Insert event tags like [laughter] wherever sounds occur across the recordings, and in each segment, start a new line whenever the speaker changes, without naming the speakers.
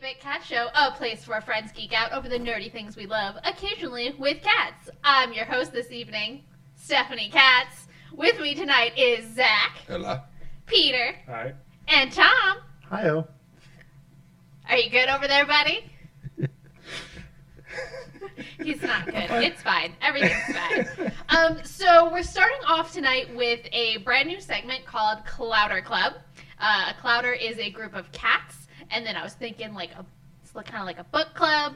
Bit Cat Show, a place where friends geek out over the nerdy things we love, occasionally with cats. I'm your host this evening, Stephanie Katz. With me tonight is Zach,
Hello.
Peter,
Alright.
and Tom.
Hi-oh.
Are you good over there, buddy? He's not good.
[laughs]
It's fine. Everything's fine. Um, so we're starting off tonight with a brand new segment called Clouder Club. Uh, a clouder is a group of cats, and then I was thinking like a, it's like, kind of like a book club.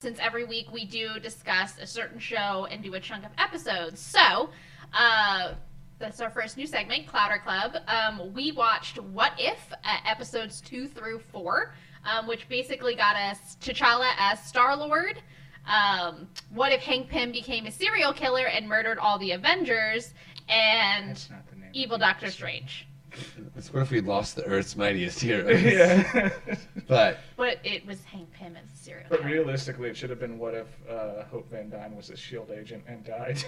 Since every week we do discuss a certain show and do a chunk of episodes, so uh, that's our first new segment, Clouder Club. Um, we watched What If uh, episodes two through four, um, which basically got us T'Challa as Star Lord. Um, what if Hank Pym became a serial killer and murdered all the Avengers and
That's not the name.
evil Doctor Strange?
It's what if we lost the Earth's mightiest
[laughs]
heroes?
yeah.
But
But it was Hank Pym as a serial
but
killer.
realistically, it should have been what if uh, Hope Van Dyne was a shield E agent and died?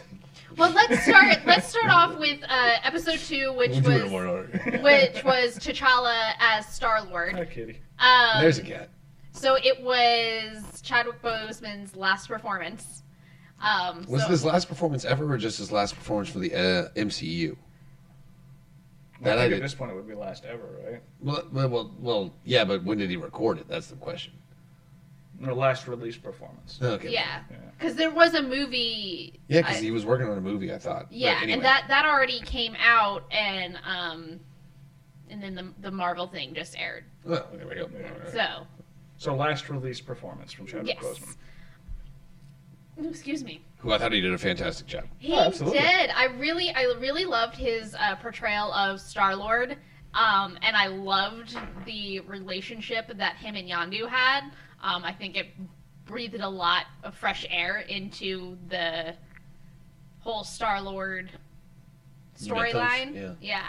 Well, let's start. let's start off with uh, episode two, which
we'll do it in
was
one order.
which
[laughs]
was T'Challa as Star Lord.
Hi, kitty.
Um,
There's a cat.
So it was Chadwick Boseman's last performance. Um,
Was
so
this last performance ever, or just his last performance for the uh, MCU? That
I
I
think
did-
at this point it would be last ever, right?
Well, well, well, well, yeah, but when did he record it? That's the question.
Or last release performance.
Okay.
yeah,
Yeah.
because there was a movie.
Yeah, because
I-
he was working on a movie, I thought. But
yeah,
anyway.
and that that already came out, and um, and then the the Marvel thing just aired.
Well, Oh, there we go.
So
So last release performance from Chadwick
yes.
Boseman.
Ooh, Excuse me.
Who I thought he did a fantastic job.
He
Oh, absolutely.
did. I really, I really loved his uh, portrayal of Star Lord, um, and I loved the relationship that him and Yondu had. Um, I think it breathed a lot of fresh air into the whole Star Lord
Mythos,
storyline.
yeah.
yeah.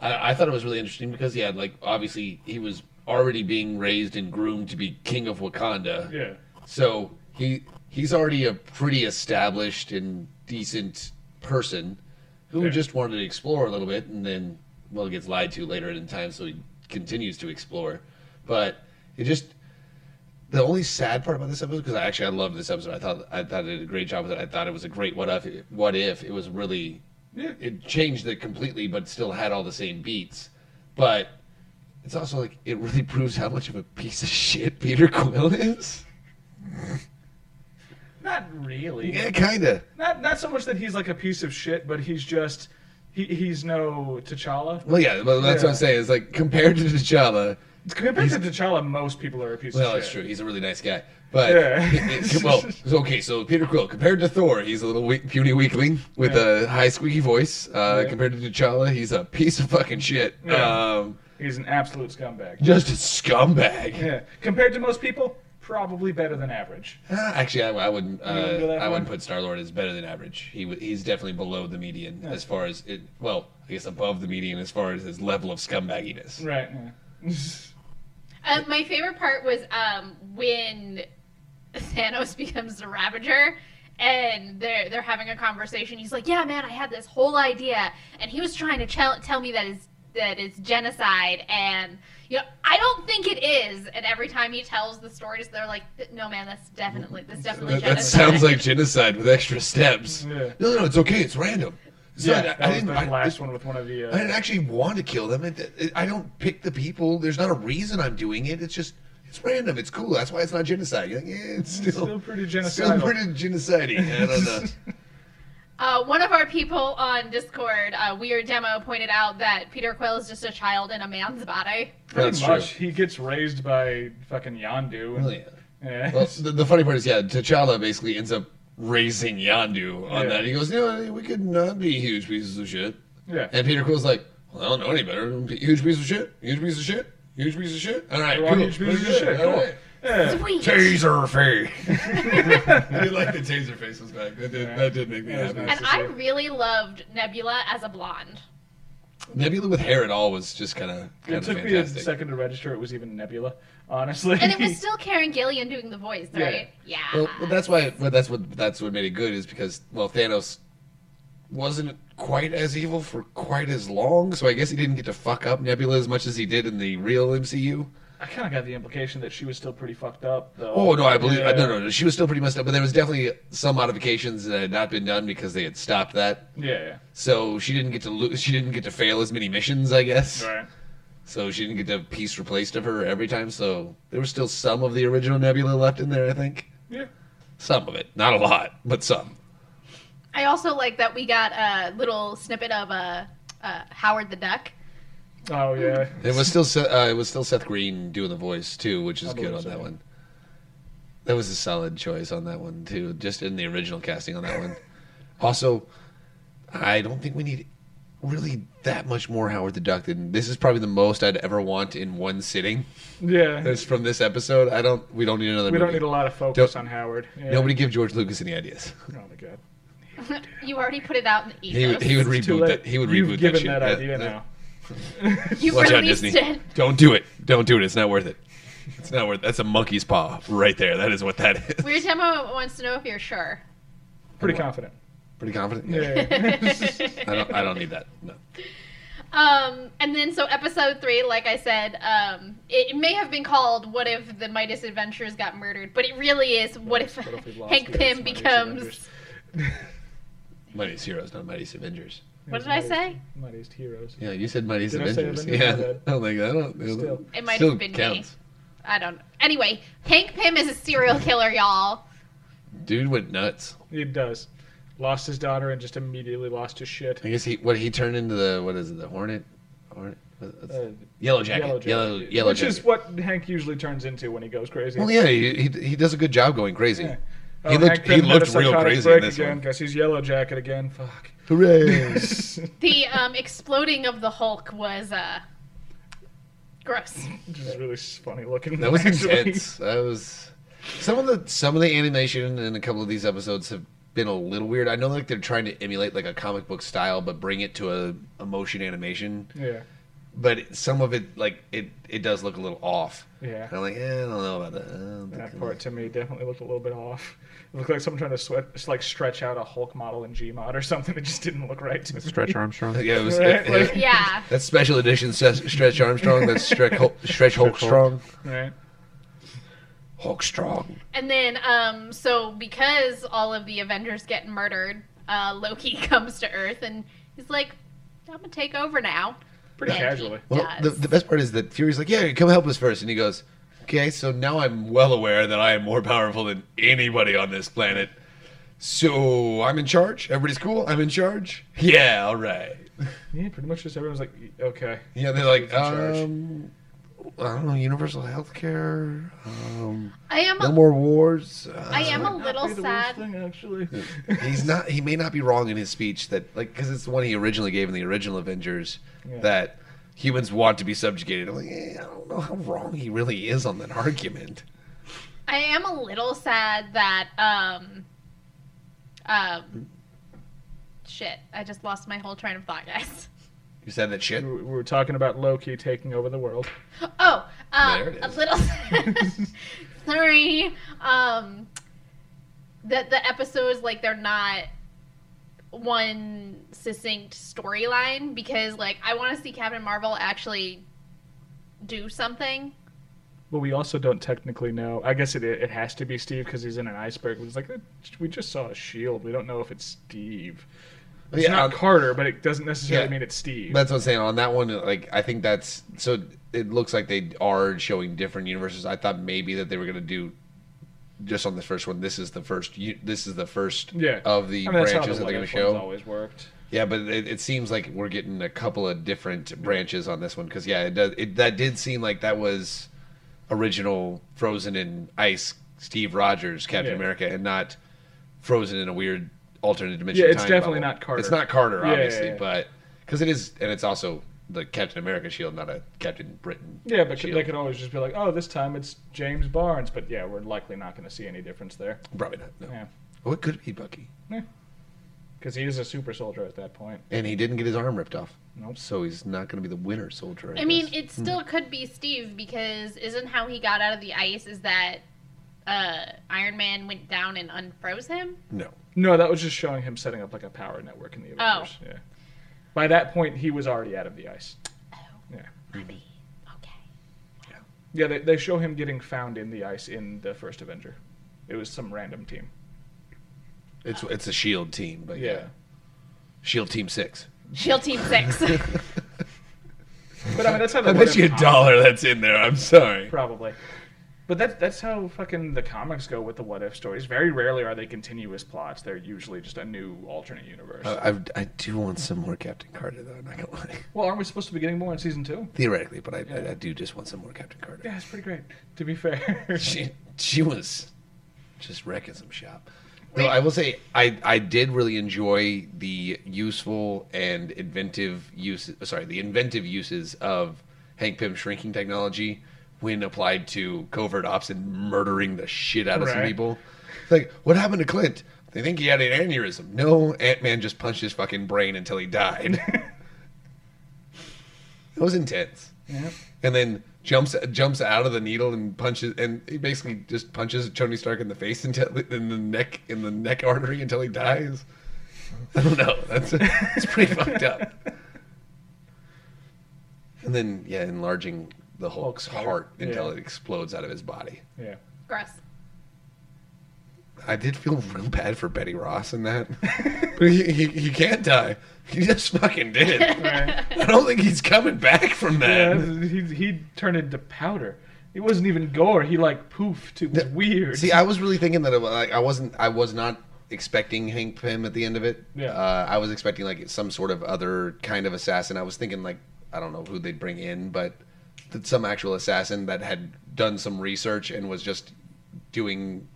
I, I thought it was really interesting because he had like obviously he was already being raised and groomed to be king of Wakanda.
Yeah.
So he he's already a pretty established and decent person who
Yeah.
just wanted to explore a little bit and then well gets lied to later in time so he continues to explore. But it just the only sad part about this episode because I actually I loved this episode. I thought I thought it did a great job with it. I thought it was a great what if what if it was really
Yeah.
it changed it completely but still had all the same beats. But it's also like it really [laughs] proves how much of a piece of shit Peter Quill is.
Not really.
Yeah, kinda.
Not not so much that he's like a piece of shit, but he's just he, he's no T'Challa.
Well, yeah, well, that's what
Yeah.
I'm saying. It's like compared to T'Challa.
Compared to T'Challa, most people are a piece
Well,
of
that's
shit.
true. He's a really nice guy, but
Yeah.
it- it- well, so, okay. So Peter Quill, compared to Thor, he's a little weak, puny weakling with a high squeaky voice. Uh,
Yeah.
Compared to T'Challa, he's a piece of fucking shit.
Yeah.
Um,
He's an absolute scumbag.
just a scumbag.
Yeah. Compared to most people, probably better than average.
Ah, Actually, I, I wouldn't.
You wouldn't go
Uh,
that
I wouldn't
far?
put Star Lord as better than average. He w- he's definitely below the median as far as it. Well, I guess above the median as far as his level of scumbagginess.
Right. Yeah.
Uh, my favorite part was um, when Thanos [laughs] becomes the Ravager, and they're they're having a conversation. He's like, "Yeah, man, I had this whole idea, and he was trying to tell tell me that is that it's genocide, and you know, I don't think it is." And every time he tells the stories, they're like, "No, man, that's definitely that's definitely
That,
genocide."
that sounds like genocide with extra steps.
Yeah.
No, no, it's okay. It's random. It's
yeah
not-
that
I,
was
didn't.
the
I,
last one with one of the.
I didn't
Uh,
actually want to kill them. It, it- I don't pick the people. There's not a reason I'm doing it. It's just it's random. It's cool. That's why it's not genocide. You're like, yeah, it's still,
still pretty
still
genocidal.
pretty genocide. I don't know.
[laughs] Uh, one of our people on Discord, uh, Weird Demo, pointed out that Peter Quill is just a child in a man's body.
[laughs] pretty
That's
much,
true.
he gets raised by fucking Yondu. And,
Well, yeah.
yeah.
Well, the, the funny part is, yeah, T'Challa basically ends up raising Yandu on
Yeah.
that. He goes, "No, we could not be huge pieces of shit."
[laughs] yeah. [laughs]
[laughs] And Peter Quill's like, "Well, I don't know any better. Huge piece of shit. Huge piece of shit. Huge piece of shit. All right,
We're all huge pieces of shit.
All
Cool.
right.
Yeah.
Sweet.
Taser face. [laughs] I did like the taser face was back. That did, that did make me
Yeah, it was
happy.
nice.
And I really loved Nebula as a blonde.
Nebula with hair at all was just kind of
It
kind of
took me a
fantastic.
second to register it was even Nebula, honestly.
And it
[laughs]
was still Karen Gillian doing the voice,
Yeah.
right? Yeah.
Well, but that's why. Well, that's what. That's what made it good is because well, Thanos wasn't quite as evil for quite as long, so I guess he didn't get to fuck up Nebula as much as he did in the real MCU.
[laughs] I kind of got the implication that she was still pretty fucked up, though.
Oh no, I believe
Yeah.
no, no, no. She was still pretty messed up, but there was definitely some modifications that had not been done because they had stopped that.
Yeah,
So she didn't get to lose. She didn't get to fail as many missions, I guess.
yeah. Right.
So she didn't get to have piece replaced of her every time. So there was still some of the original Nebula left in there. I think
Yeah.
some of it, not a lot, but some.
I also like that we got a little snippet of uh, uh, Howard the Duck.
Oh yeah.
It was still Se- uh, it was still Seth Green doing the voice too, which is
I
good
believe
on
so,
that
yeah.
one. That was a solid choice on that one too, just in the original casting on
[laughs]
that one. also, I don't think we need really that much more Howard the Duck. Than this is probably the most I'd ever want in one sitting. [laughs]
Yeah.
That's from this episode. I don't. We don't need another.
We don't
movie.
need a lot of focus
Don't-
on Howard. Yeah.
Nobody give George Lucas any ideas.
Oh my god.
you already put it out in the
He
ethos.
would, he would
It's too
reboot
late.
that. He would
You've
reboot
given
shit.
that idea
that-
now.
you
Watch out,
released
Disney.
it.
Don't do it. Don't do it. It's not worth it. It's not worth. That's a monkey's paw right there. That is what that is.
Weird Temo wants to know if you're sure.
Pretty confident.
[laughs] Pretty confident.
Yeah.
I don't. I don't need that. No.
[laughs] Um, and then so episode three, like I said, um, it may have been called "What If the Midas Adventures Got Murdered," but it really is [laughs] "What If,
What if we've lost
Hank
the
Pym
Mighty
becomes."
Avengers?
Mightiest heroes, not mightiest Avengers.
[laughs] What did I say?
Mightiest heroes.
Yeah, you said mightiest
Did I say
Avengers.
Avengers? My
yeah.
bad.
[laughs] I don't think I don't.
Still.
It might
still
have been me.
counts.
I don't. know. Anyway, Hank Pym is a serial killer, y'all.
Dude went nuts.
It does. Lost his daughter and just immediately lost his shit.
I guess he. What he turned into the. What is it? The Hornet. Hornet.
Uh,
Yellow jacket. Yellow. Yellow. yellow
Which
jacket.
is what Hank usually turns into when he goes crazy.
Well, yeah. He, he he does a good job going crazy.
Yeah.
He
Oh,
looked-
Hank
he
Pym had
looked
a
real
psychotic
crazy in
break
this
again.
one.
Guess he's yellow jacket again.
[laughs]
Fuck. [laughs]
Hooray!
The um, [laughs] exploding of the Hulk was uh,
[laughs]
gross.
Which is really funny looking. [laughs]
That was
actually.
intense. That was some of the some of the animation in a couple of these episodes have been a little weird. I know like they're trying to emulate like a comic book style, but bring it to a, a motion animation.
Yeah.
But it- some of it like it it does look a little off.
Yeah.
And I'm like, eh, I don't know about that. I don't think
That
I'm-
part to me definitely looked a little bit off. It looked like someone trying to sweat, just like stretch out a Hulk model in Gmod or something. It just didn't look right to me.
Stretch Armstrong.
Yeah, it was.
Right,
it- [laughs]
like-
Yeah.
that's special edition Stre- Stretch Armstrong. That's Stretch Hulk, Stretch Hulk Strong.
[laughs] Right.
Hulk Strong.
And then, um, so because all of the Avengers get murdered, uh, Loki [laughs] comes to Earth and he's like, "I'm gonna take over now."
Pretty
Yeah.
casually.
Well, the,
Yes.
the best part is that Fury's like, "Yeah, come help us first. and he goes, "Okay, so now I'm well aware that I am more powerful than anybody on this planet. So I'm in charge. Everybody's cool. I'm in charge. [laughs] Yeah, all right.
Yeah, pretty much just everyone's like, "Y- okay.
Yeah, they're like,
in charge?
um, I don't know, universal health care, um,
I am.
no
A,
more wars. Uh,
I am a
Might not
little
be the
sad.
worst thing, actually.
he's not he may not be wrong in his speech that like because it's the one he originally gave in the original avengers
Yeah.
that humans want to be subjugated i'm like eh, i don't know how wrong he really is on that argument
I am a little sad that. Um, um, shit! I just lost my whole train of thought, guys.
you said that
[laughs]
shit
We we were talking about Loki taking over the world.
Oh, um,
There it
a
is.
little. [laughs] Sorry. Um, that the episodes like they're not one succinct storyline because like I want to see Captain Marvel actually do something.
But we also don't technically know. I guess it it has to be Steve because he's in an iceberg. It's like eh, we just saw a shield. We don't know if it's Steve. It's
Yeah,
not
I'll-
Carter, but it doesn't necessarily
Yeah.
mean it's Steve.
that's what i'm saying on that one like i think that's so it looks like they are showing different universes i thought maybe that they were going to do just on the first one this is the first u- this is the first
yeah.
of the
I mean, that's how
branches
the
that they're going to
what if ones
show
Always worked.
Yeah, but it, it seems like we're getting a couple of different branches on this one because yeah, it does. It, that did seem like that was original Frozen in Ice, Steve Rogers, Captain
Yeah.
America, and not Frozen in a weird alternate dimension.
Yeah, it's
time
definitely
bubble.
not Carter.
It's not Carter,
Yeah, yeah,
obviously,
yeah.
but because it is, and it's also the Captain America shield, not a Captain Britain.
Yeah, but
shield.
they could always just be like, "Oh, this time it's James Barnes." But yeah, we're likely not going to see any difference there.
probably not. No.
Yeah,
Oh, it could be Bucky,
because he is a super soldier at that point.
and he didn't get his arm ripped off,
Nope.
so he's not going to be the Winter Soldier.
I mean,
guess.
it still could be Steve because isn't how he got out of the ice is that uh, Iron Man went down and unfroze him.
no.
No, that was just showing him setting up like a power network in the Avengers. Yeah. By that point, he was already out of the ice.
Oh,
Yeah.
I mean, okay.
Yeah, they, they show him getting found in the ice in the first Avenger. It was some random team.
It's it's a Shield team, but yeah,
Yeah.
Shield Team Six.
Shield Team Six.
But I mean, that's how they
[laughs] I
would
bet you a
have-
dollar that's in there. I'm sorry.
Probably. But that's that's how fucking the comics go with the what if stories. Very rarely are they continuous plots. They're usually just a new alternate universe.
I, Uh, I, I do want some more Captain Carter, though. I'm not gonna lie. [laughs]
well, aren't we supposed to be getting more in season two?
Theoretically, but I, I,
Yeah.
I do just want some more Captain Carter.
Yeah, it's pretty great. To be [laughs] fair.
she she was just wrecking some shop. No, I will say I I did really enjoy the useful and inventive uses. Sorry, the inventive uses of Hank Pym shrinking technology when applied to covert ops and murdering the shit out of some
Right.
people. It's Like, what happened to Clint? They think he had an aneurysm. No, Ant Man just punched his fucking brain until he died. it was intense
yeah.
and then jumps jumps out of the needle and punches and he basically just punches Tony Stark in the face until in the neck in the neck artery until he dies. I don't know. That's
[laughs]
it's pretty fucked up. And then yeah, enlarging the
Hulk's
Hulk's
heart.
heart until
Yeah.
it explodes out of his body.
[laughs]
Yeah.
Gross.
I did feel real bad for Betty Ross
[laughs]
in that, but he, he he can't die. He just fucking did.
Right.
I don't think he's coming back from that.
yeah he, he turned into powder. It wasn't even gore. He like poofed. It was weird.
See, I was really thinking that it, wa- like I wasn't. I was not expecting Hank Pym at the end of it.
Yeah.
Uh, I was expecting like some sort of other kind of assassin. I was thinking like I don't know who they'd bring in, but that some actual assassin that had done some research and was just doing.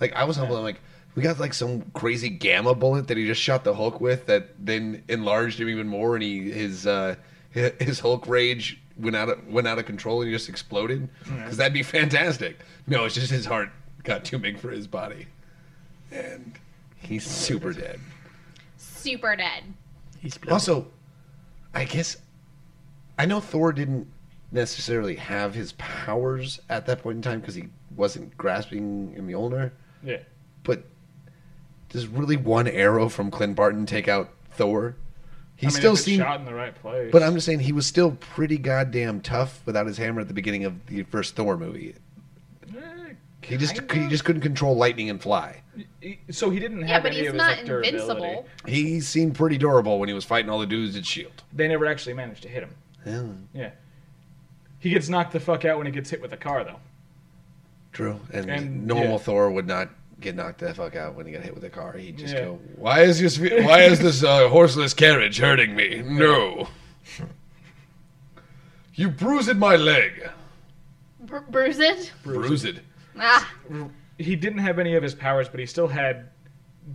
Like I was humble. I'm like. We got like some crazy gamma bullet that he just shot the Hulk with that then enlarged him even more, and he his uh, hi- his Hulk rage went out of, went out of control and he just exploded. Because that'd be fantastic. No, it's just his heart got too big for his body, and he's super dead.
Super dead.
He's blown.
Also, I guess I know Thor didn't necessarily have his powers at that point in time because he wasn't grasping Mjolnir.
yeah.
But does really one arrow from Clint Barton take out Thor? He
I mean,
still
if it's
seemed,
shot in the right place.
but I'm just saying he was still pretty goddamn tough without his hammer at the beginning of the first Thor movie.
Eh,
He just he
kinda.
just couldn't control lightning and fly.
He- so he didn't have
Yeah, but
any
he's
of his
not
like, durability.
invincible.
He seemed pretty durable when he was fighting all the dudes at Shield.
They never actually managed to hit him.
Yeah,
Yeah. He gets knocked the fuck out when he gets hit with a car, though.
true. And,
And,
normal
yeah.
Thor would not get knocked the fuck out when he got hit with a car. He'd just
Yeah.
go, "Why is this? Why is this uh, horseless carriage hurting me? No, you bruised my leg.
Bru bruise it.
Bruised.
Ah,
He didn't have any of his powers, but he still had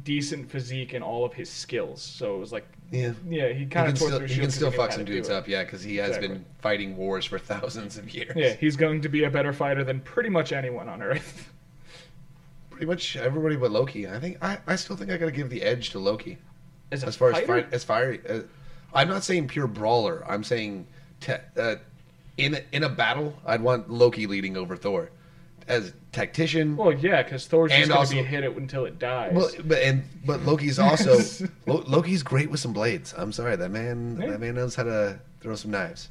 decent physique and all of his skills. So it was like,
Yeah."
yeah, he
He
kind
can
of tore
still,
through shields
he can
'cause
still
knew
fuck
how
some
to do
dudes
it.
up, yeah, because he has been
Exactly.
fighting wars for [laughs] thousands of years.
Yeah, he's going to be a better fighter than pretty much anyone on Earth.
pretty much everybody but Loki. I think I, I still think I got to give the edge to Loki.
[laughs] As, a
as far as
fighter?
fire, as fiery. Uh, I'm not saying pure brawler. I'm saying te- uh, in a, in a battle, I'd want Loki leading over Thor as tactician. Well,
Well, yeah, because Thor's
And
just going to
also-
be hit it until it dies.
but and but Loki's also Lo- Loki's great with some blades. I'm sorry, that man
Yeah.
that man knows how to throw some knives.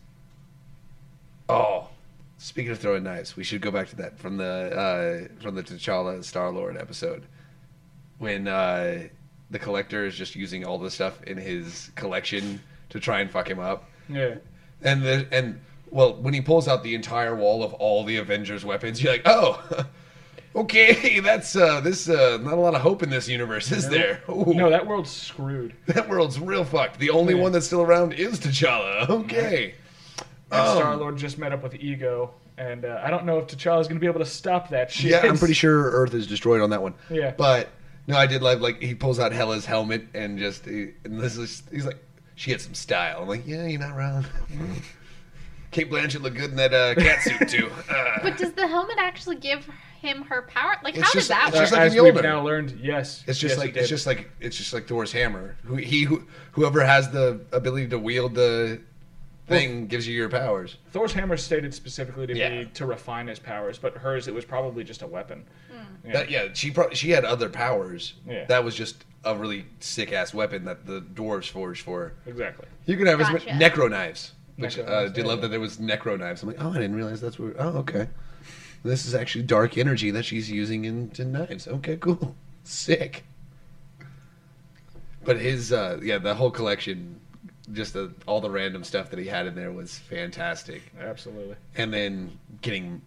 Oh, speaking of throwing knives, we should go back to that from the uh, from the T'Challa Star Lord episode when uh, the collector is just using all the stuff in his collection to try and fuck him up.
yeah.
And the and well, when he pulls out the entire wall of all the Avengers weapons, you're like, oh, [laughs] okay, [laughs] that's uh, this uh, not a lot of hope in this universe, is there? Ooh,
No, that world's screwed.
that world's real fucked. The only
Yeah.
one that's still around is T'Challa. Okay,
And
Um,
Star Lord just met up with Ego, and uh, I don't know if T'Challa's going to be able to stop that shit.
yeah,
[laughs]
I'm pretty sure Earth is destroyed on that one.
Yeah.
but no, I did love like he pulls out Hela's helmet and just he- and this is he's like she had some style. I'm like, yeah, you're not wrong. [laughs] Kate Blanchett looked good in that uh, cat suit [laughs] too. Uh,
but does the helmet actually give him her power? Like,
It's
how does
just-
that
it's
work?
just like
Uh, As
in
we've
Mjolnir.
now learned, yes.
It's just
yes,
like
it
it's
did.
just like it's just like Thor's hammer. Who he who, whoever has the ability to wield the thing gives you your powers.
Thor's hammer stated specifically to
Yeah.
be to refine his powers, but hers it was probably just a weapon. Yeah.
That, yeah, she pro- she had other powers.
Yeah.
That was just a really sick ass weapon that the dwarves forged for.
Exactly.
You can have
Gotcha.
as many necro knives. Which
Necro
uh,
knives,
did
yeah.
love that there was necro knives. I'm like, oh, I didn't realize that's where. Oh, okay. This is actually dark energy that she's using into knives. Okay, cool, [laughs] sick. But his, uh, yeah, the whole collection, just the, all the random stuff that he had in there was fantastic.
Absolutely.
And then getting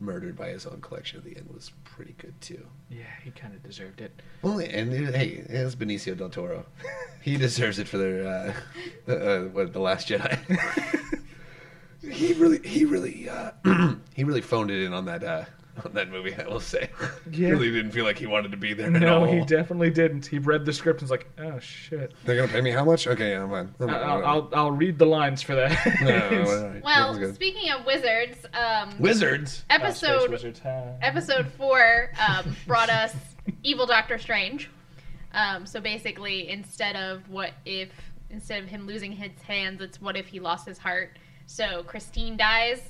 murdered by his own collection at the end was pretty good too.
Yeah, he kind of deserved it.
Well, and it, hey, it was Benicio del Toro. [laughs] He deserves it for the uh, uh, what, the Last Jedi. [laughs] he really, he really, uh, [clears throat] he really phoned it in on that uh, on that movie. I will say, [laughs]
Yeah.
really didn't feel like he wanted to be there.
[laughs]
at
No,
all.
he definitely didn't. He read the script and was like, "Oh shit,
They're gonna pay me how much? Okay, yeah, I'm fine. I'm
I-
fine,
I'll
whatever.
I'll, I'll read the lines for that." [laughs]
No,
[laughs]
no, no, all right. That
Well,
was good.
speaking of wizards, um,
wizards.
Oh, Space
episode
Wizards, huh?
episode four um, brought us evil Doctor Strange. Um, so basically, instead of what if instead of him losing his hands, it's what if he lost his heart. So Christine dies,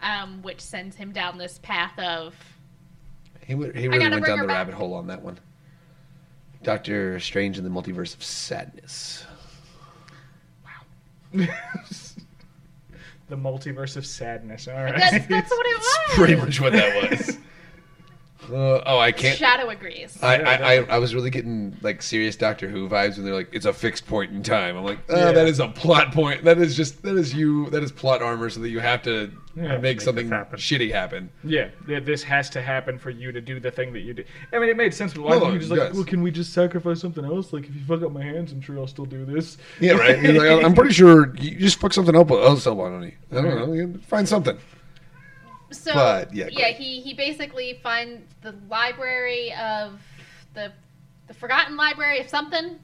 um, which sends him down this path of
He, w- he
I
really
gotta
went
bring
down
her
the
back.
rabbit hole on that one. Doctor Strange and the Multiverse of Sadness.
[laughs]
[laughs]
the multiverse of sadness. All right. [laughs]
that's, that's
[laughs]
what it was.
That's pretty much what that was. Uh, [laughs] oh, I can't.
Shadow agrees.
I,
Yeah,
I, I, I was really getting like serious Doctor Who vibes when they're like, it's a fixed point in time. I'm like, oh,
Yeah.
that is a plot point. That is just that is you. That is plot armor, so that you have to
Yeah,
make,
make this
something
happen.
shitty happen.
yeah, th- this has to happen for you to do the thing that you do. I mean, it made sense, but why
No,
were
it
you just like,
does.
well, can we just sacrifice something else? Like, if you fuck up my hands, I'm sure I'll still do this.
Yeah, right. [laughs] You're like, I'm pretty sure you just fuck something up else up on it. I don't know. You Find something.
So
But, yeah,
yeah,
great.
he he basically finds the library of the the forgotten library of something.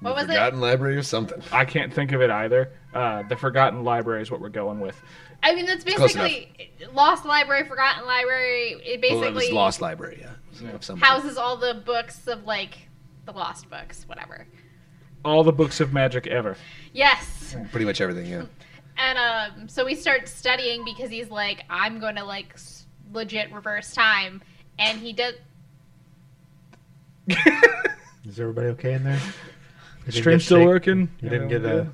What was it?
Forgotten library or something.
[laughs] I can't think of it either. Uh, the Forgotten Library is what we're going with.
I mean, that's
close
basically lost library, forgotten library. It
Well, it was
basically
lost library. Yeah.
Yeah.
Of something.
houses all the books of like the lost books, whatever.
All the books of magic
[laughs]
ever.
Yes.
Pretty much everything. Yeah.
And um, so we start studying because he's like, I'm going to like s- legit reverse time, and he does.
Is everybody okay in there? You didn't
Stream
get
still
shake-
working?
You didn't get
Everyone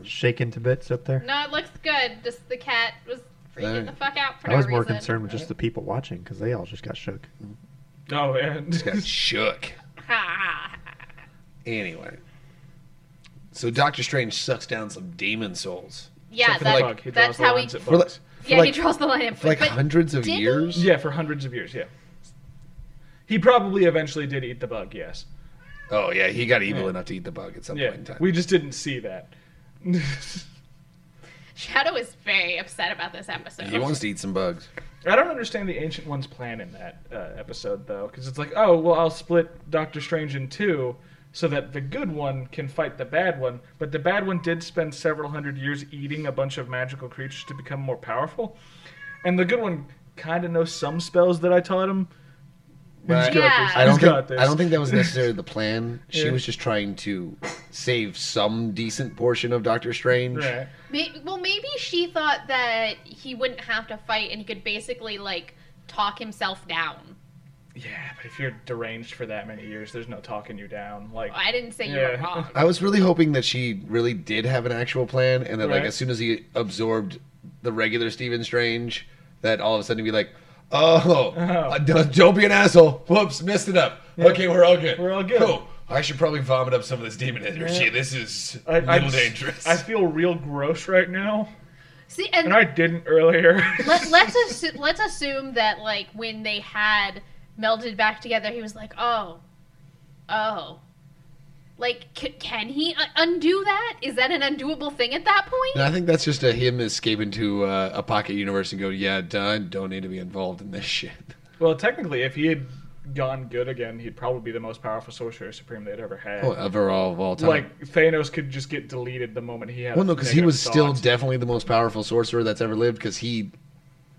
a shaken to bits up there.
No, it looks good. Just the cat was freaking
Alright.
the fuck out for
I
no
was more
reason.
concerned with just the people watching because they all just got shook.
good? Oh, [laughs] and
Got shook.
Ha.
Anyway. So Doctor Strange sucks down some demon souls
yeah,
for
that,
the bug. He draws
that's
the
how he.
lines at
For
bugs.
Yeah,
like-
he draws the line.
for like
but
hundreds of
did he?
years.
Yeah, for hundreds of years. Yeah. He probably eventually did eat the bug. Yes.
Oh yeah, he got evil
Yeah.
enough to eat the bug at some
Yeah.
point in time.
We just didn't see that. [laughs]
Shadow is very upset about this episode.
he wants to eat some bugs.
I don't understand the ancient one's plan in that uh, episode though, because it's like, oh, well, I'll split Doctor Strange in two so that the good one can fight the bad one. But the bad one did spend several hundred years eating a bunch of magical creatures to become more powerful, and the good one kind of knows some spells that I taught him.
got
But
Yeah. this.
I don't
He's
think
got this.
I don't think that was necessarily the plan. She
Yeah.
was just trying to save some decent portion of Doctor Strange.
Right.
May- well, maybe she thought that he wouldn't have to fight and he could basically like talk himself down.
Yeah, but if you're deranged for that many years, there's no talking you down. Like,
I didn't say you were
Yeah.
wrong.
[laughs]
I was really hoping that she really did have an actual plan, and that like
Right.
as soon as he absorbed the regular Stephen Strange, that all of a sudden he'd be like, "Oh, [laughs] uh, don't don't be an asshole. Whoops, messed it up. Okay, we're all good.
We're all good."
Cool. I should probably vomit up some of this demon energy.
Yeah.
This is a
I,
little
I-
dangerous.
I feel real gross right now,
See, and,
and I didn't earlier.
[laughs]
[laughs]
let, let's assu- let's assume that like when they had melded back together, he was like, oh, oh, like c- can he uh, undo that? Is that an undoable thing at that
No,
point?
I think that's just a him escaping to uh, a pocket universe and go, yeah, done. Don't need to be involved in this shit. [laughs]
Well, technically, if he had gone good again, he'd probably be the most powerful Sorcerer Supreme they'd ever had.
Oh, overall of all time.
like Thanos could just get deleted the moment he had.
well,
a
no, because he
negative
was still
thought.
definitely the most powerful sorcerer that's ever lived because he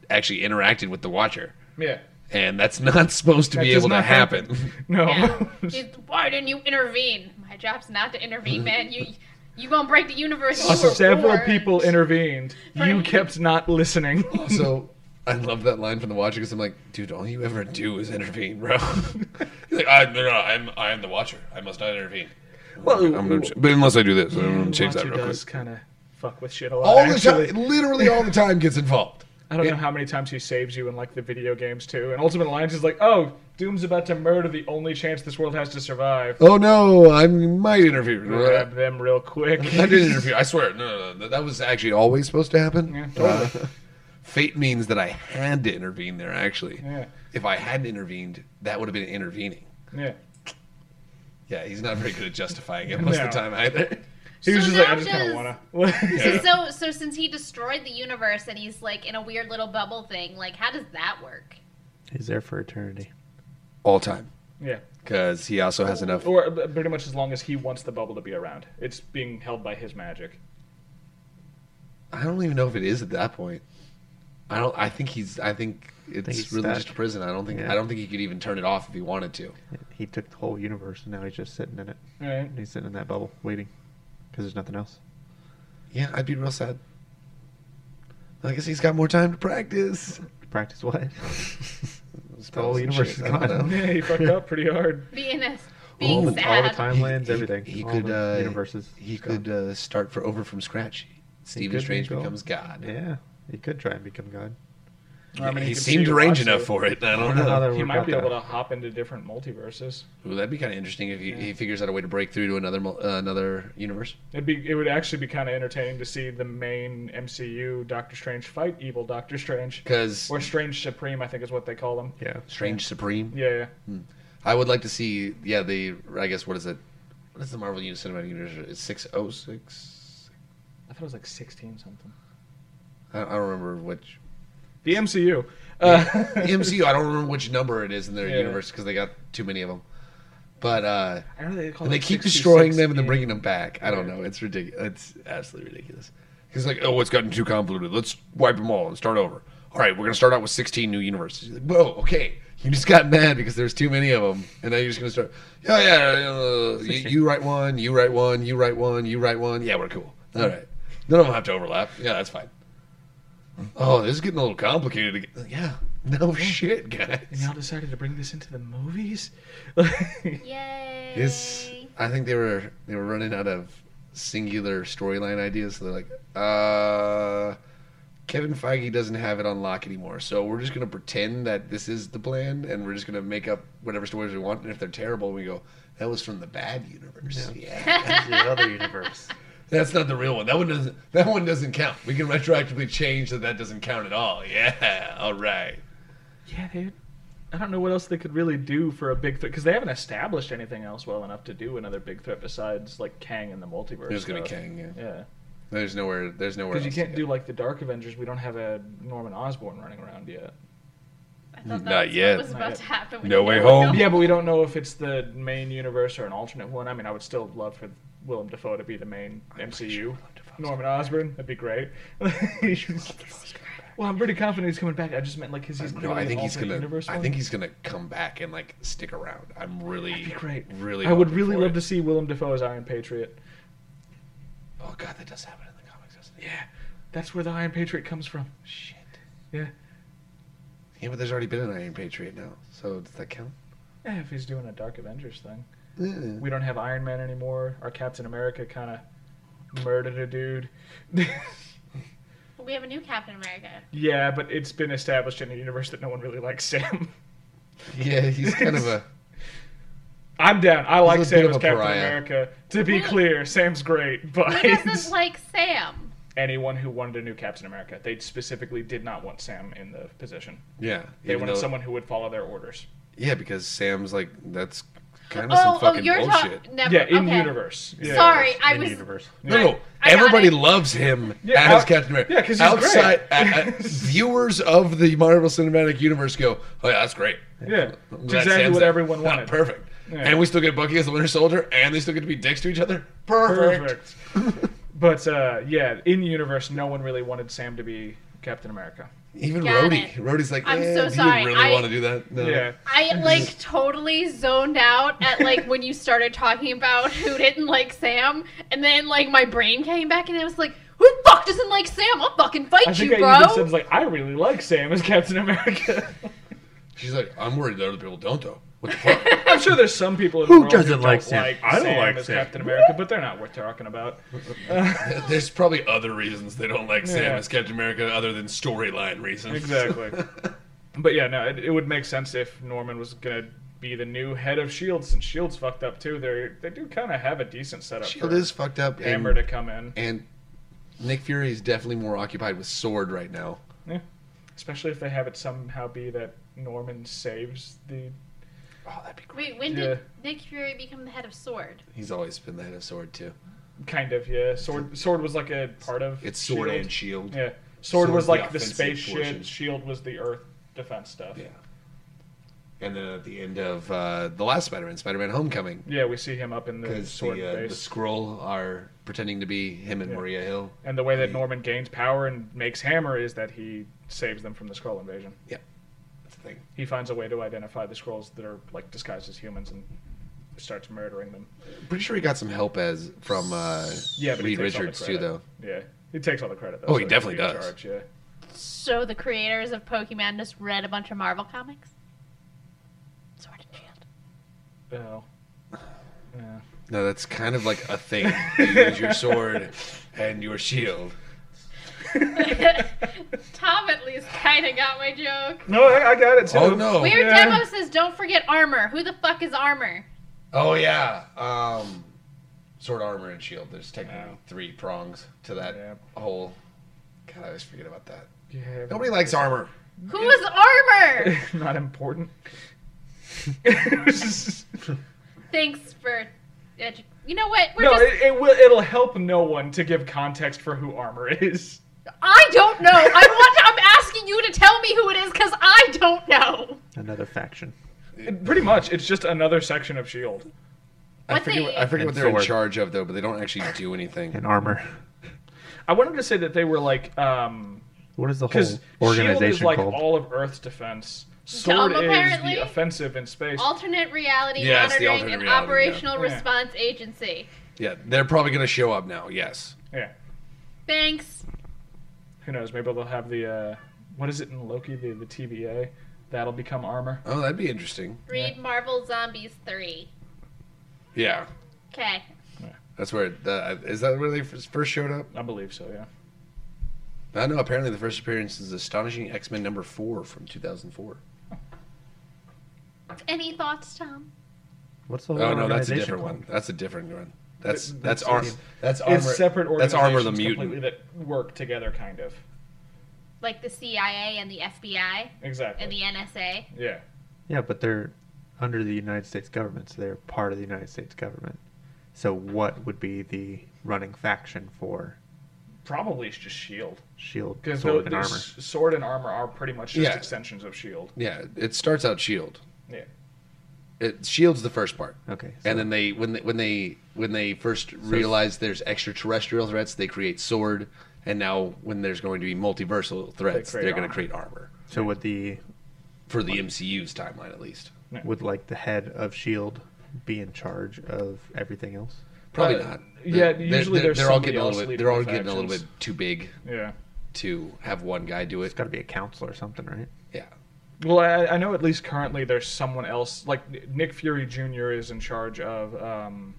actually interacted with the Watcher,
yeah. [laughs]
and that's [laughs] not supposed to
That
be
does
able to
not
happen.
[laughs] No.
[laughs] Yeah. He's, Why didn't you intervene? My job's not to intervene, man. You you gonna break the universe? You were
Uh, Several
born.
people intervened. You
Right.
kept not
[laughs]
listening.
so I love that line from the Watcher because I'm like, dude, all you ever do is intervene, bro. [laughs] He's like, I, no, no, I'm, I am the Watcher. I must not intervene.
well,
I'm gonna ch- but unless I do this, I'm gonna change that
Watcher
real quick.
does kind of fuck with shit a lot.
all
actually.
the time, literally all the time gets involved.
I don't know how many times he saves you in like the video games too. And Ultimate Alliance is like, oh, Doom's about to murder the only chance this world has to survive.
Oh no, I
[laughs]
might interfere.
Grab them real quick.
I did interfere. I swear, no, no, no, that- that was actually always supposed to
[laughs]
happen.
Yeah, totally.
Uh, fate means that I had to intervene there. Actually,
Yeah.
if I hadn't intervened, that would have been intervening.
yeah.
Yeah, he's not very good at
[laughs]
justifying it most of the
No.
time either.
He was
So
just like,
now
I just kind
does-
of [laughs] wanna.
Yeah.
So, so since he destroyed the universe and he's like in a weird little bubble thing, like how does that work?
He's there for eternity.
All time,
yeah.
because he also has enough.
Or uh, pretty much as long as he wants the bubble to be around. It's being held by his magic.
I don't even know if it is at that point. I don't. I think he's. I think it's
he's
really
stuck.
just a prison. I don't think.
Yeah.
I don't think he could even turn it off if he wanted to.
He took the whole universe, and now he's just sitting in it.
Right.
He's sitting in that bubble, waiting, because there's nothing else.
Yeah, I'd be real sad. I guess he's got more time to practice.
Practice what? the
Spells
whole
and
universe
shit,
is
I don't know.
gone. [laughs]
Yeah, [laughs] he fucked up pretty hard.
Being a, being
Ooh, all
sad.
All the
He-
timelands,
he-
everything.
He
all
could.
the
Uh,
universes.
He
is gone.
could uh, start for over from scratch. Stephen
could
Strange
go.
becomes God.
[laughs] Yeah, he could try and become God.
I mean,
he,
could see
seemed deranged
Watsu.
enough for it. I don't
I don't know how
know.
that
He
would
might
work
be
out.
able to hop into different multiverses.
Ooh, that'd be kind of interesting if he,
Yeah.
he figures out a way to break through to another mul- uh, another universe.
It'd be it would actually be kind of entertaining to see the main MCU Doctor Strange fight evil Doctor Strange
Because
or Strange Supreme, I think is what they call them.
Yeah.
Strange Supreme.
Yeah, yeah.
I would like to see. Yeah, the I guess what is it? What is the Marvel Uni- Cinematic Universe? It's six oh six.
I thought it was like sixteen something.
I I don't remember
[laughs]
which
The MCU. Uh,
MCU. I don't remember which number it is in their
Yeah.
universe because they got too many of them. But uh,
[laughs] I don't know they call
and they
it
keep
626
destroying them and then
in-
bringing them back. I don't know. It's ridiculous. It's absolutely ridiculous. He's like, oh, it's gotten too convoluted. Let's wipe them all and start over. All right, we're gonna start out with 16 new universes. You're like, Whoa, okay. You just got mad because there's too many of them, and now you're just gonna start. Yeah, yeah. Uh, you, you write one. You write one. You write one. You write one. Yeah, we're cool. All right. None of them have to overlap. Yeah, that's fine. Oh, this is getting a little complicated. again. Yeah. No shit,
And
guys.
y'all decided to bring this into the movies. [laughs]
Yay.
It's, I think they were they were running out of singular storyline ideas. So they're like, uh, Kevin Feige doesn't have it on lock anymore, so we're just gonna pretend that this is the plan, and we're just gonna make up whatever stories we want. And if they're terrible, we go, that was from the bad universe. Yeah, [laughs]
the other [laughs] universe.
that's not the real one. That one doesn't. That one doesn't count. We can retroactively change that. That doesn't count at all. Yeah. [laughs] All right.
yeah, dude. I don't know what else they could really do for a big threat because they haven't established anything else well enough to do another big threat besides like Kang and the multiverse.
There's gonna be
stuff.
Kang. Yeah.
Yeah.
There's nowhere. There's nowhere.
Because you
else to
can't
go.
do like the Dark Avengers. We don't have a Norman Osborn running around yet.
I thought that was
Not
what
yet.
was about
Not
to happen. We
No
didn't
Way
know what
Home.
Yeah, but we don't know if it's the main universe or an alternate one. I mean, I would still love for Willem Dafoe to be the main MCU. Norman Osborn, that'd be great. [laughs] well, I'm pretty confident he's coming back. I just meant like because he's
No,
clearly
I
an
think he's
alternate
gonna.
universe.
I
one.
think he's gonna come back and like stick around. I'm really
That'd be great.
Really,
I would
hoping
really
for
love
it.
to see Willem Dafoe as Iron Patriot.
Oh god, that does happen in the comics, doesn't it?
Yeah, that's where the Iron Patriot comes from.
Shit.
Yeah,
Yeah, but there's already been an Iron Patriot now, so does that count? Eh,
yeah if he's doing a Dark Avengers thing.
Yeah.
We don't have Iron Man anymore. Our Captain America kind of murdered a dude. [laughs]
We have a new Captain America.
yeah, but it's been established in a universe that no one really likes Sam. [laughs]
Yeah, he's kind of a.
I'm down. I like
He's a bit
Sam
of
as
a
Captain
pariah.
America. To be
Who-
clear, Sam's great, but
Who
[laughs]
doesn't like Sam?
anyone who wanted a new Captain America, they specifically did not want Sam in the position.
Yeah.
They
even
wanted
though-
someone who would follow their orders.
Yeah, because Sam's like that's kind of
Oh,
some
oh,
fucking
you're
bullshit.
talking. Never.
Yeah, in
okay.
universe. Yeah.
Sorry, I
In
was.
universe.
no, no.
I- I got
Everybody
it.
loves him
Yeah,
as
out-
Captain America.
yeah, 'cause he's
outside
great. [laughs]
uh, uh, viewers of the Marvel Cinematic Universe go, "Oh yeah, that's great."
Yeah,
I'm
it's
glad
exactly
Sam's
what
there.
everyone
Not
wanted.
Ah, perfect.
Yeah.
And we still get Bucky as the Winter Soldier, and they still get to be dicks to each other. Perfect.
Perfect. but uh, yeah, in universe, no one really wanted Sam to be Captain America.
[laughs] Even
Got
Rhodey.
it.
Rhodey's like,
I'm
eh,
so
do
sorry.
you really
I-
want to do that? No.
Yeah, [laughs]
I like totally zoned out at like when you started talking about who didn't like Sam, and then like my brain came back and I was like, "Who the fuck doesn't like Sam? I'll fucking fight
I think
you, bro."
I even said like I really like Sam as Captain America.
She's like, I'm worried that other people don't though. What the
[laughs]
fuck?
[laughs] I'm sure there's some people in the
Who
world
doesn't
who
like
don't
Sam?
like
I don't
Sam
like
as
Sam.
Captain America, but they're not worth talking about.
There's probably other reasons they don't like Sam
Yeah.
as Captain America other than storyline
[laughs]
reasons.
Exactly. but yeah, no, it, it would make sense if Norman was gonna be the new head of Shield since Shield's E fucked up too. They they do kind of have a decent setup.
[laughs]
E
Shield
for
is fucked up.
Hammer
and,
to come in,
and Nick Fury is definitely more occupied with Sword right now.
yeah. especially if they have it somehow be that Norman saves the.
Oh, that'd be great.
Wait, when did Nick Fury become the head of Sword?
He's always been the head of Sword too.
Kind of, yeah. Sword, sword was like a part of.
It's Sword
Shield.
and Shield.
E Yeah, sword,
Sword's
was
the
like the,
offensive
space
portion.
shit. Shield was the Earth defense stuff.
Yeah. And then at the end of uh, the last Spider-Man, Spider-Man: Homecoming,
Yeah, we see him up in the
because
sword
the, uh, the
base.
scroll are pretending to be him and
Yeah.
Maria Hill.
and the way that Norman gains power and makes Hammer is that he saves them from the Skrull invasion.
That's the thing.
He finds a way to identify the Skrulls that are like disguised as humans and starts murdering them.
Pretty sure he got some help as from uh,
Yeah, but he
Reed
takes all the
Richards too,
credit.
though.
Yeah, he takes all the credit. Though,
Oh, he
so
definitely
should be in
does.
Charge, yeah.
So the creators of Pokemon just read a bunch of Marvel comics? Sword and Shield.
Oh. Yeah.
No, that's kind of like a thing. You use your sword and your shield.
[laughs]
Tom at least kind of got my joke.
No, I, I got it too.
Oh no!
Weird
yeah.
Demo says, don't forget armor. Who the fuck is armor?
Oh yeah. Um, sword, armor, and shield. There's technically
Oh.
three prongs to that
Yeah.
whole. God, I always forget about that.
Yeah,
Nobody likes armor.
Who is
[laughs]
armor?
not
[laughs]
important.
Thanks for. edu- You know what? We're
no,
just.
it, it will. It'll help no one to give context for who armor is.
I don't know. I want. I'm asking you to tell me who it is because I don't know.
Another faction.
It- pretty much, it's just another section of Shield.
I
What
forget.
they-
What, I forget
And
what they're
sword.
in charge of though, but they don't actually do anything.
And armor.
I wanted to say that they were like, um,
What is the whole
because Shield E is
organization
like
called?
all of Earth's defense. Sword is
apparently.
the offensive in space.
Alternate reality
Yes, the
monitoring
alternate
and
reality,
operational
yeah. Yeah.
response agency.
Yeah, they're probably gonna show up now. Yes.
Yeah.
Thanks.
Who knows? Maybe they'll have the uh, what is it in Loki? The the TBA that'll become armor.
Oh, that'd be interesting.
Read Marvel Zombies three.
Yeah,
Okay.
that's where. The, is that where they f- first showed up?
I believe so. Yeah.
I know. Apparently, the first appearance is astonishing X Men number four from 2004.
Any thoughts, Tom?
What's the whole
Oh no, that's a
organization
different
called?
one. That's a different one. That's
Th-
that's
that's
armor.
easy.
That's armor.
it's separate organizations
That's armor the
completely
mutant.
that work together, kind of.
Like the CIA and the FBI
Exactly.
and the NSA.
yeah.
Yeah, but they're under the United States government, so they're part of the United States government. So what would be the running faction for
Probably it's just Shield.
Shield,
Because
E Sword, and
the,
Armor?
sword and armor are pretty much just
Yeah.
extensions of Shield.
Yeah, it starts out Shield.
Yeah.
E It shields E the first part,
Okay.
and then they when they when they when they first realize there's extraterrestrial threats, they create sword, E and now when there's going to be multiversal threats,
create
they're going to
armor.
create armor
so would the
for the MCU's timeline at least.
would like the head of Shield E be in charge of everything else?
Probably
Uh,
not.
yeah,
They're-
usually
they're,
there's
they're all
somebody
getting a
else
little bit.
leading
They're all
the
getting a little bit
factions.
too big
Yeah.
to have one guy do
It's
it.
got to be a council or something, right?
Yeah.
Well, I, I know at least currently there's someone else. Like Nick Fury Jr. is in charge of um,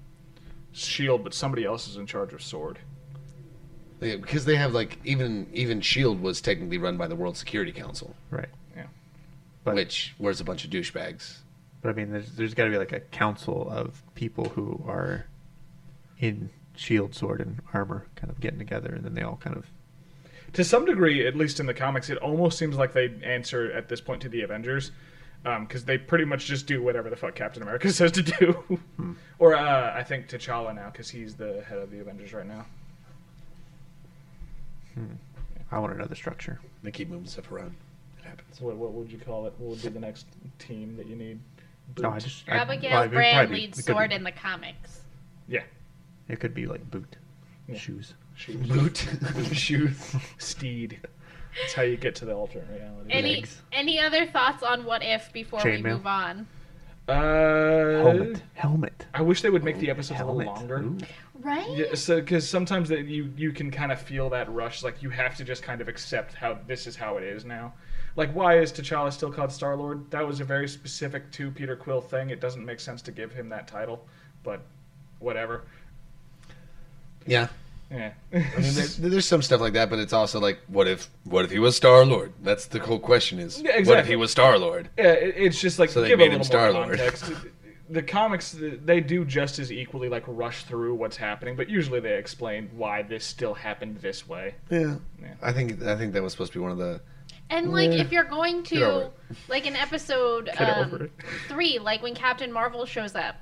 Shield, but somebody else is in charge of Sword.
Yeah, because they have like even even Shield E was technically run by the World Security Council,
Right.
Yeah.
But
which was a bunch of douchebags.
but I mean, there's there's got to be like a council of people who are in Shield, E Sword, and Armor, kind of getting together, and then they all kind of
To some degree, at least in the comics, it almost seems like they answer at this point to the Avengers, because they pretty much just do whatever the fuck Captain America [laughs] says to do.
Hmm.
Or uh, I think T'Challa now, because he's the head of the Avengers right now.
I want to know the structure.
They keep moving stuff around. It happens.
So what, what would you call it? What would be the next team that you need?
No, Oh, I just I-
Abigail
well, it'd
Brand
probably be-
leads
it could be-
sword in the comics.
Yeah,
It could be like boot,
Yeah.
shoes.
shoes. [laughs]
Boot shoes.
Steed. That's how you get to the alternate reality.
Any
Legs.
any other thoughts on what if before we
Chainmail.
move on?
uh,
Helmet. Helmet.
I wish they would make the episodes a
Helmet.
little longer.
Ooh.
Right?
Yeah, so because sometimes that you you can kind of feel that rush, like you have to just kind of accept how this is how it is now. Like, why is T'Challa still called Star Lord? That was a very specific to Peter Quill thing. It doesn't make sense to give him that title, but whatever.
Yeah.
Yeah.
I mean, there's, there's some stuff like that, but it's also like, what if, what if he was Star Lord? That's the whole question: is
Yeah,
what if
exactly.
he was Star Lord?
[laughs] Yeah, it, it's just like
So they
give
made
a
him
little more
Star-Lord.
context. The comics they do just as equally like rush through what's happening, but usually they explain why this still happened this way.
Yeah.
Yeah.
I think I think that was supposed to be one of the.
And like, if you're going
Get over
to, like, in episode
over
um,
it.
three, like when Captain Marvel shows up,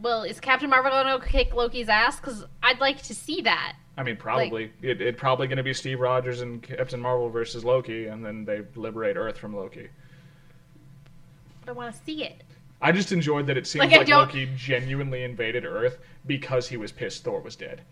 well, is Captain Marvel going to kick Loki's ass? Because I'd like to see that.
I mean, probably it, it probably going to be Steve Rogers and Captain Marvel versus Loki, and then they liberate Earth from Loki.
I want to see it.
I just enjoyed that it seems
Like, I
like
don't-
Loki genuinely invaded Earth because he was pissed Thor was dead.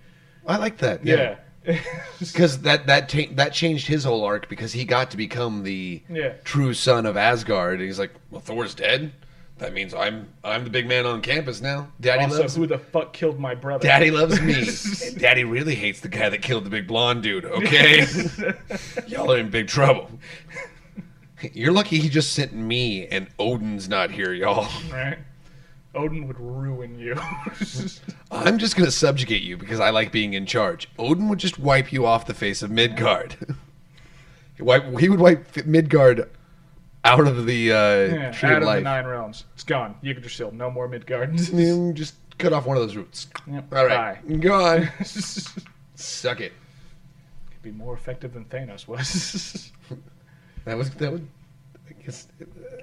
I like that.
Yeah,
[laughs]
yeah, [laughs]
Because that that ta- that changed his whole arc because he got to become the
Yeah.
true son of Asgard, and he's like, well, Thor's dead. That means I'm I'm the big man on campus now. Daddy
also,
loves
who the fuck killed my brother?
[laughs] Daddy loves me. [laughs]
[laughs]
And Daddy really hates the guy that killed the big blonde dude, okay? Y'all are in big trouble. [laughs] You're lucky he just sent me and Odin's not here, y'all.
right? Odin would ruin you. [laughs]
I'm just gonna subjugate you because I like being in charge. Odin would just wipe you off the face of Midgard. [laughs] he, wipe, he would wipe F- Midgard out of the uh,
Yeah,
tree
out
of
of the
life. [laughs]
nine realms. It's gone. Yggdrasil. No more Midgard. [laughs]
Mm, Just cut off one of those roots.
Yep.
All right,
Bye.
go on.
Could
Suck it.
[laughs] be more effective than Thanos was. [laughs]
That was that would. I guess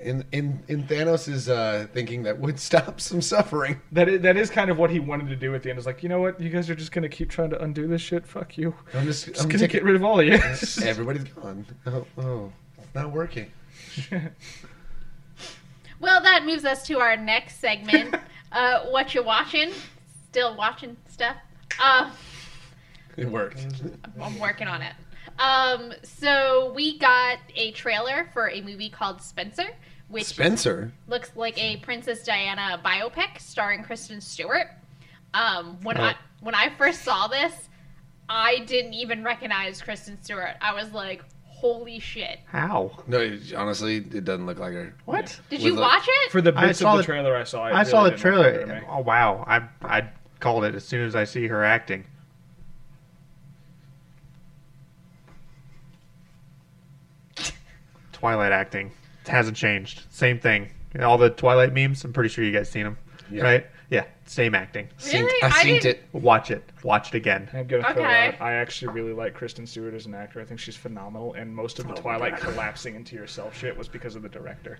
in in in Thanos' uh, thinking that would [laughs] stop some suffering.
that, is, that is kind of what he wanted to do at the end. Is like, you know what? You guys are just going to keep trying to undo this shit. Fuck you.
I'm just,
Just
I'm
going to
taking,
get rid of all of you.
[laughs]
[laughs]
everybody's gone. Oh, oh, it's not working.
Well, that moves us to our next segment. uh, what you watching? Still watching stuff. Uh,
It worked.
I'm working on it. Um, so we got a trailer for a movie called Spencer, which
Spencer.
looks like a Princess Diana biopic starring Kristen Stewart. Um, when I
Oh.
when I first saw this, I didn't even recognize Kristen Stewart. I was like, "Holy shit!"
How?
No, it- honestly, it doesn't look like her.
What?
Did
With
you
the-
watch it?
For the
I
bits
saw
of the
the-
trailer I saw, it
I saw
really
the
didn't look
trailer.
good to me.
Oh wow! I I called it as soon as I see her acting. Twilight acting it hasn't changed. Same thing. All the Twilight memes. I'm pretty sure you guys seen them,
Yeah.
right? Yeah, same acting.
Synced-
Really?
I
I
synced
didn't-
it.
Watch it. Watch it again.
I'm gonna throw
Okay.
it out. I actually really like Kristen Stewart as an actor. I think she's phenomenal, and most
Oh
of the Twilight collapsing into yourself shit was because of the director.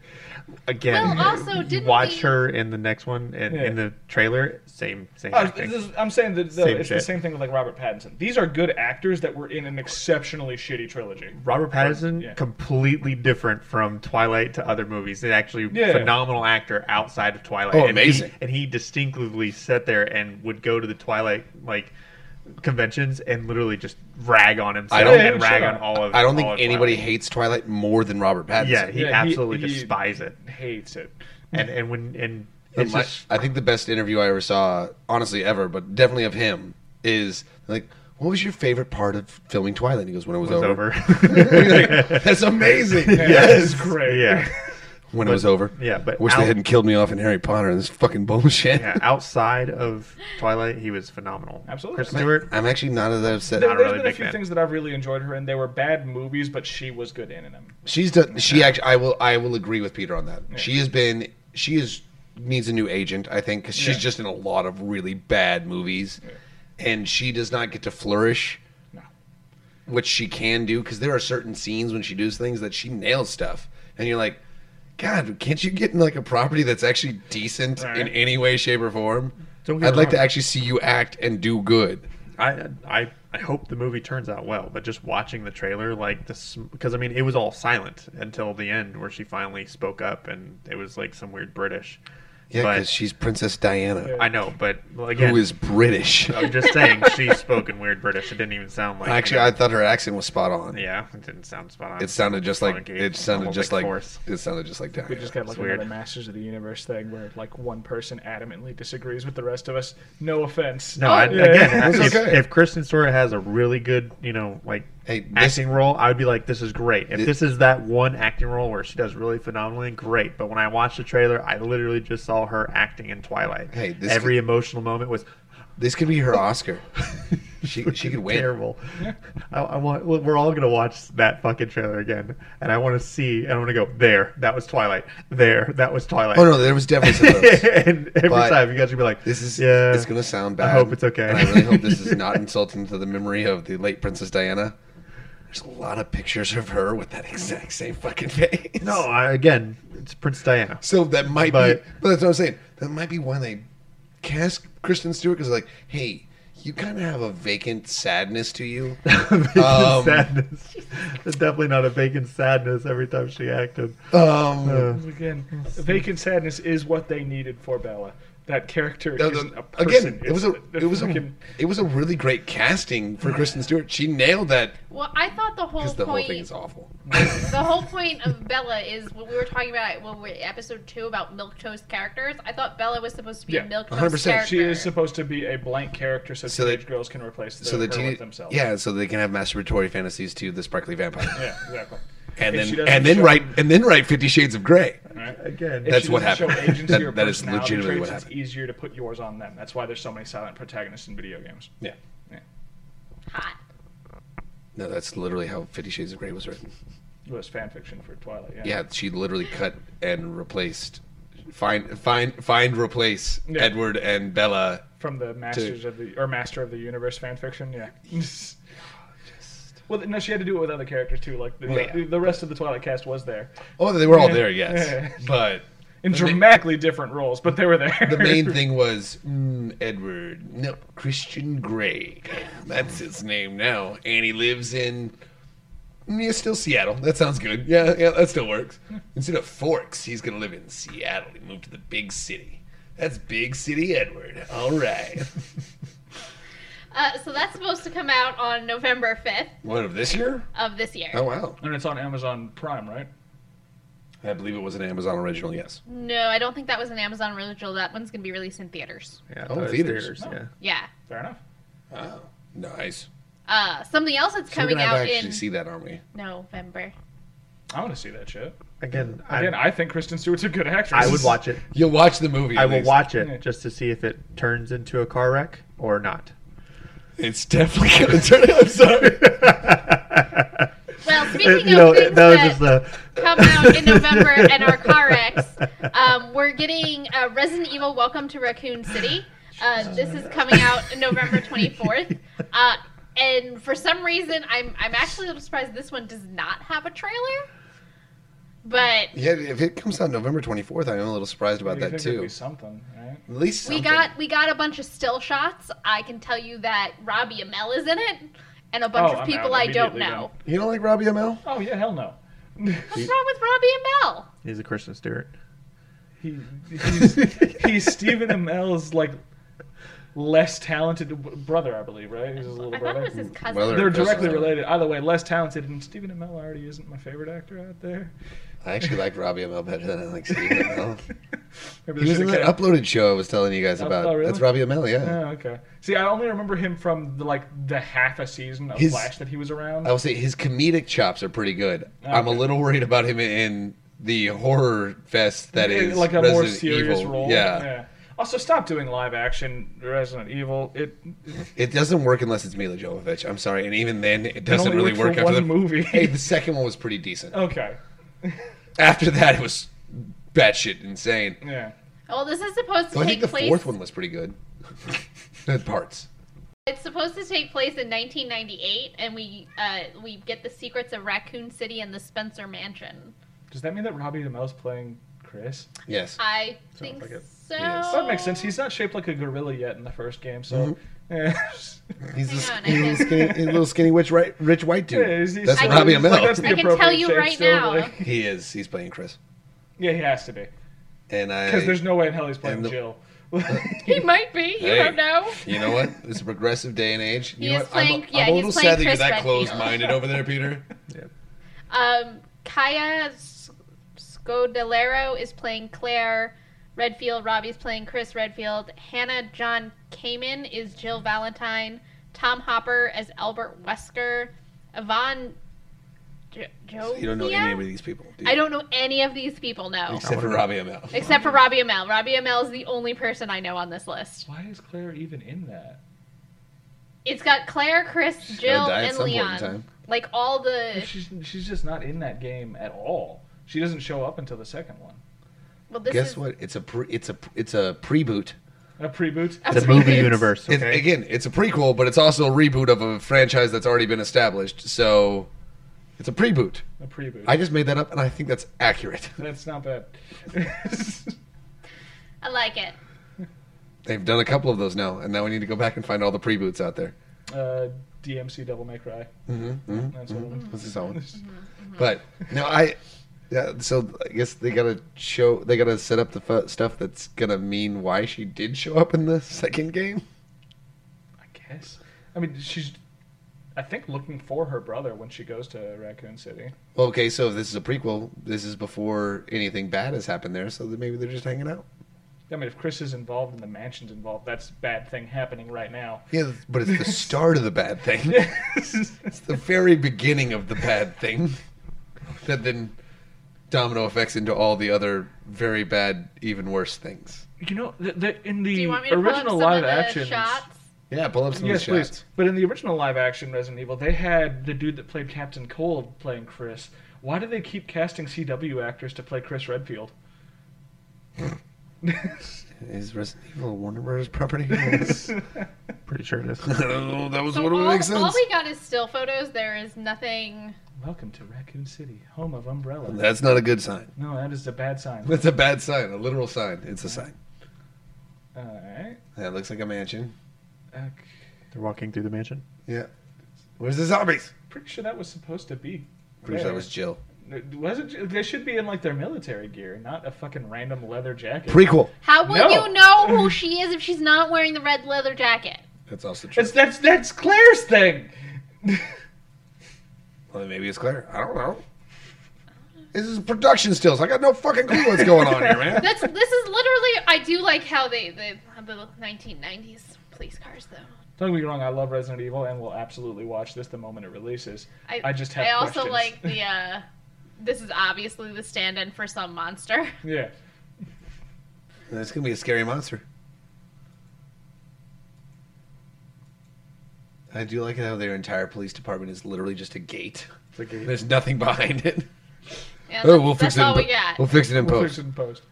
Again.
Well, also, didn't
watch
we-
her in the next one and
Yeah.
in the trailer. Same same
Oh,
acting.
this is- I'm saying that the,
Same
it's the
shit.
same thing with like Robert Pattinson. These are good actors that were in an exceptionally shitty trilogy.
Robert Pattinson
Yeah.
completely different from Twilight to other movies. An actually
Yeah.
phenomenal actor outside of Twilight.
Oh,
And he-
amazing.
And he, distinctively sat there and would go to the Twilight like conventions and literally just rag on himself
I don't-
and
Yeah,
rag
sure.
on all of.
I don't
all
think
of
anybody
Twilight.
hates Twilight more than Robert Pattinson.
Yeah, he
Yeah, he-
absolutely
he-
despises it.
Hates it.
And and when and
The
it's
li-
just
I think the best interview I ever saw, honestly ever, but definitely of him, is like, "What was your favorite part of filming Twilight?" And he goes, "When it was,
was
over." [laughs]
over. [laughs]
That's amazing.
That's great.
yeah,
When it was over.
yeah, but
Wish they
out-
hadn't killed me off in Harry Potter. This fucking bullshit.
yeah. Outside of Twilight, he was phenomenal.
Absolutely.
Kristen
I'm-
Stewart.
[laughs] I'm actually not as upset.
There,
Not
has
a really
been a
big
few
fan.
things that I've really enjoyed her, and they were bad movies, but she was good in them.
She's done. She actually. I will. I will agree with Peter on that. She has been. She is needs a new agent. I think because she's
Yeah.
just in a lot of really bad movies, and she does not get to flourish,
No.
which she can do because there are certain scenes when she does things that she nails stuff, and you're like, God, can't you get in like a property that's actually decent in
Right.
any way, shape, or form?
Don't get
I'd
me
like to
wrong.
actually see you act and do good.
I, I I hope the movie turns out well, but just watching the trailer, like this, because I mean, it was all silent until the end where she finally spoke up, and it was like some weird British.
Yeah,
But-
because she's Princess Diana,
I know, but well, again,
who is British.
I'm just saying she spoke in weird British. It didn't even sound like
Actually, I thought her accent was spot on.
yeah, it didn't sound spot on.
It sounded just like
Funky,
it sounded
almost
just like
force.
it sounded just like Diana.
We just got like
It's weird.
another Masters of the Universe thing where like one person adamantly disagrees with the rest of us. No offense.
No, I,
Oh, Yeah. [laughs]
again,
It's
if,
okay.
if Kristen Stewart has a really good, you know, like
Hey, this,
acting role, I would be like, this is great. If
Thi-
this is that one acting role where she does really phenomenally, great. But when I watched the trailer, I literally just saw her acting in Twilight.
Hey, this
Every emotional moment was
this could
[laughs]
be her Oscar. she she could win.
terrible. [laughs] I, I want. well, We're all gonna watch that fucking trailer again, and I want to see. And I'm gonna go there. That was Twilight. There. That was Twilight.
Oh no, there was definitely some of those.
[laughs] and every
But
time you guys would be like,
This is
yeah.
it's gonna sound
I
bad.
hope it's okay.
and I really hope
[laughs]
this is not insulting to the memory of the late Princess Diana. There's a lot of pictures of her with that exact same fucking face.
No, I, again, it's Prince Diana.
So that might
But-
be, but that's what I'm saying. That might be why they cast Kristen Stewart because, like, hey, you kind of have a vacant sadness to
[laughs]
you. Um,
sadness. There's definitely not a vacant sadness every time she acted.
Um,
Uh,
Again, vacant sadness is what they needed for Bella. That character
no,
isn't
no,
a person.
again, it was a,
It's
it was a,
fucking-
it was a really great casting for Kristen Stewart. She nailed that
Well, I thought the whole
because the whole
point
thing is awful.
the whole point of Bella is what we were talking about when we were episode two about milk toast characters. I thought Bella was supposed to be
Yeah,
a milk toast
100%.
character.
She is supposed to be a blank character, so,
So
teenage
that-
girls can replace the,
So the
her with
teenage,
themselves.
yeah, so they can have masturbatory fantasies to the sparkly vampire,
yeah, exactly.
and
If she
then
doesn't
and then
show-
write and then write Fifty Shades of Grey.
Right?
again,
If
That's
she
what
doesn't
happened.
Show agency
[laughs] That-
or
that is
personality
legitimately what
traits,
happened.
It's easier to put yours on them. That's why there's so many silent protagonists in video games.
Yeah,
Yeah.
hot.
no, that's literally how Fifty Shades of Grey was written.
It was fan fiction for Twilight. Yeah.
Yeah, she literally cut and replaced, find find find replace
Yeah.
Edward and Bella.
From the Masters of the or Master of the Universe fan fiction.
[laughs]
Yeah. [laughs] Well, no, she had to do it with other characters too. Like the,
Yeah.
the, the rest of the Twilight cast was there
Oh, they were all
Yeah.
there, yes,
Yeah.
but
in
The ma-
dramatically different roles, but they were there.
the main thing was mm, Edward. No, Christian Grey. [laughs] That's his name now. And he lives in. mm, Yeah, still Seattle. That sounds good. Yeah, yeah, that still works. Instead of Forks, he's gonna live in Seattle. He moved to the big city. That's big city Edward. All right. [laughs]
Uh, so that's supposed to come out on November fifth
what of this year?
of this year.
Oh wow!
[laughs] and it's on Amazon Prime, right?
I believe it was an Amazon original. Yes.
No, I don't think that was an Amazon original. That one's gonna be released in theaters.
yeah,
Oh,
it was
theaters.
Oh.
yeah.
Yeah.
Fair enough.
Oh, nice.
Uh, something else that's
So we're
coming
gonna have
out
to actually
in
see that, aren't we?
November.
I want to see that shit.
Again,
Again,
I,
I, think Kristen Stewart's a good actress.
I would watch it.
You'll watch the movie.
I
at
will
least.
watch
Yeah.
it just to see if it turns into a car wreck
[laughs]
or not.
It's definitely gonna turn. I'm
[laughs]
sorry.
Well, speaking
you
of
know,
things
that was
that
just the.
come out in
[laughs]
November and our car wrecks, um, we're getting uh, Resident Evil Welcome to Raccoon City. Uh, this is coming out November 24th. Uh, and for some reason, I'm, I'm actually a little surprised this one does not have a trailer. But
Yeah, if it comes out November 24th, I'm a little surprised
[laughs]
about
You
that
think there'd
too.
Be something, right?
At least
we
something.
got we got a bunch of still shots. I can tell you that Robbie Amell is in it, and a bunch
Oh,
of
I'm
people
out
I don't
immediately
know.
You don't like Robbie Amell?
Oh yeah, hell no. [laughs]
What's wrong with Robbie Amell?
He's a Kristen Stewart.
he, he's
[laughs]
he's Stephen Amell's like less talented w- brother, I believe, right? He's his little
I thought
brother.
it was his cousin.
Well,
They're
Cousin.
directly related. Either way, less talented, and Stephen Amell already isn't my favorite actor out there. [laughs]
I actually like Robbie Amell better than I like Steve Amell.
Maybe
[laughs] He
they
was in
should've
that
kept-
uploaded show I was telling you guys
Oh,
about.
oh, really?
That's Robbie Amell, yeah.
Oh, okay. See, I only remember him from the, like the half a season of
His-
Flash that he was around.
I will say his comedic chops are pretty good.
Oh,
I'm a
okay.
little worried about him in the horror fest that
In,
is
like a more
Resident
serious
Evil.
role.
Yeah.
Also, stop doing live action Resident Evil. It, it
it doesn't work unless it's Mila Jovovich. I'm sorry, and even then, it doesn't
only
really
worked for
work after
one
the
movie.
Hey, the second one was
[laughs]
pretty decent.
okay.
After that, it was batshit insane.
Yeah.
Well, this is supposed to
So I
take
think the
place.
fourth one was pretty [laughs] good. Good parts.
It's supposed to take place in 1998, and we uh, we get the secrets of Raccoon City and the Spencer Mansion.
Does that mean that Robbie Amell's playing Chris?
Yes.
I think
like it.
so.
Yes.
That
Oh.
makes sense. He's not shaped like a gorilla yet in the first game, so yeah.
He's
Hang
a,
on, I
he's a
can-
skinny, he's a little skinny witch, right, rich white dude.
Yeah, he's- he's-
that's
I-
Robbie
he's like,
Amell.
that's the
I
[laughs]
can
appropriate
tell you
shape
right
still,
now.
like-
he is. He's playing Chris.
[laughs] yeah, he has to be
And I.
because there's no way in hell he's playing
And the-
Jill.
[laughs]
[laughs]
He might be. You
Hey.
don't know.
[laughs] You know what? It's a progressive day and age.
He
you know
is
what?
playing-
I'm,
yeah,
I'm a
he's
little
playing
sad that you're
Chris
that
Redfield.
closed-minded over there, Peter.
Um, Kaya S- Scodelario is playing Claire Redfield. Robbie's playing Chris Redfield. Hannah John Kamen is Jill Valentine. Tom Hopper as Albert Wesker. Yvonne jo-
You don't know any of
Jovia?
these people. Do you?
I don't know any of these people, no.
Except for Robbie ML.
Except for Robbie Amell. Robbie Amell is the only person I know on this list.
Why is Claire even in that?
It's got Claire, Chris, Jill,
die at
and
some point in
Leon.
time.
Like all the
She's she's just not in that game at all. She doesn't show up until the second one.
well, this
Guess
is
what? It's a pre, it's a it's a preboot.
A pre-boot.
a
It's a movie
reboot.
universe.
It's,
Okay?
again, it's a prequel, but it's also a reboot of a franchise that's already been established. So it's a preboot.
A pre-boot.
I just made that up, and I think that's accurate. [laughs]
That's not bad. [laughs]
I like it.
They've done a couple of those now, and now we need to go back and find all the preboots out there.
uh, DMC Devil May Cry.
Mm-hmm, mm-hmm.
That's one. of them.
This is that one. But no, I. Yeah, so I guess they gotta show. They gotta set up the fu- stuff that's gonna mean why she did show up in the second game.
I guess. I mean, she's. I think looking for her brother when she goes to Raccoon City.
Well, okay, so if this is a prequel, this is before anything bad has happened there, so that maybe they're just hanging out.
I mean, if Chris is involved and the mansion's involved, that's a bad thing happening right [laughs] now.
Yeah, but it's the start of the bad [laughs] thing. It's the very beginning of the bad thing that then domino effects into all the other very bad, even worse things.
you know, the, the, in the
Do you want me to pull up some
original live
of the
action.
shots?
Yeah, pull up some
Yes,
of the shots.
please. But in the original live action Resident Evil, they had the dude that played Captain Cold playing Chris. Why do they keep casting CW actors to play Chris Redfield? [laughs]
Is Resident Evil a Warner Brothers property? [laughs]
Pretty sure it is.
Oh, that was
So
what would
all,
make
all
sense.
we got is still photos. There is nothing.
Welcome to Raccoon City, home of Umbrella.
That's not a good sign.
No, that is a bad sign.
That's a bad sign, a literal sign. It's a sign.
All right. Uh,
That looks like a mansion.
Okay.
They're walking through the mansion.
Yeah. Where's the zombies?
Pretty sure that was supposed to be.
Pretty sure that
there.
was Jill.
Was it? They should be in like their military gear, not a fucking random leather jacket.
Prequel.
How will
No.
you know
[laughs]
who she is if she's not wearing the red leather jacket?
That's also true.
That's that's that's Claire's thing. [laughs]
Well, maybe it's Claire. I don't know. This is production stills. I got no fucking clue what's going on here, man.
That's this is literally. I do like how they the the 1990s police cars though.
Don't get me wrong. I love Resident Evil and will absolutely watch this the moment it releases.
I,
I just have
I also
questions.
like the. uh This is obviously the stand-in for some monster. [laughs]
Yeah.
It's gonna be a scary monster. I do like how their entire police department is literally just a gate. [laughs]
It's like a,
[laughs]
There's nothing behind it.
Yeah,
Oh,
that's-
we'll fix
that's
it.
all we
in po-
got.
We'll fix it in
we'll
post.
fix it in post.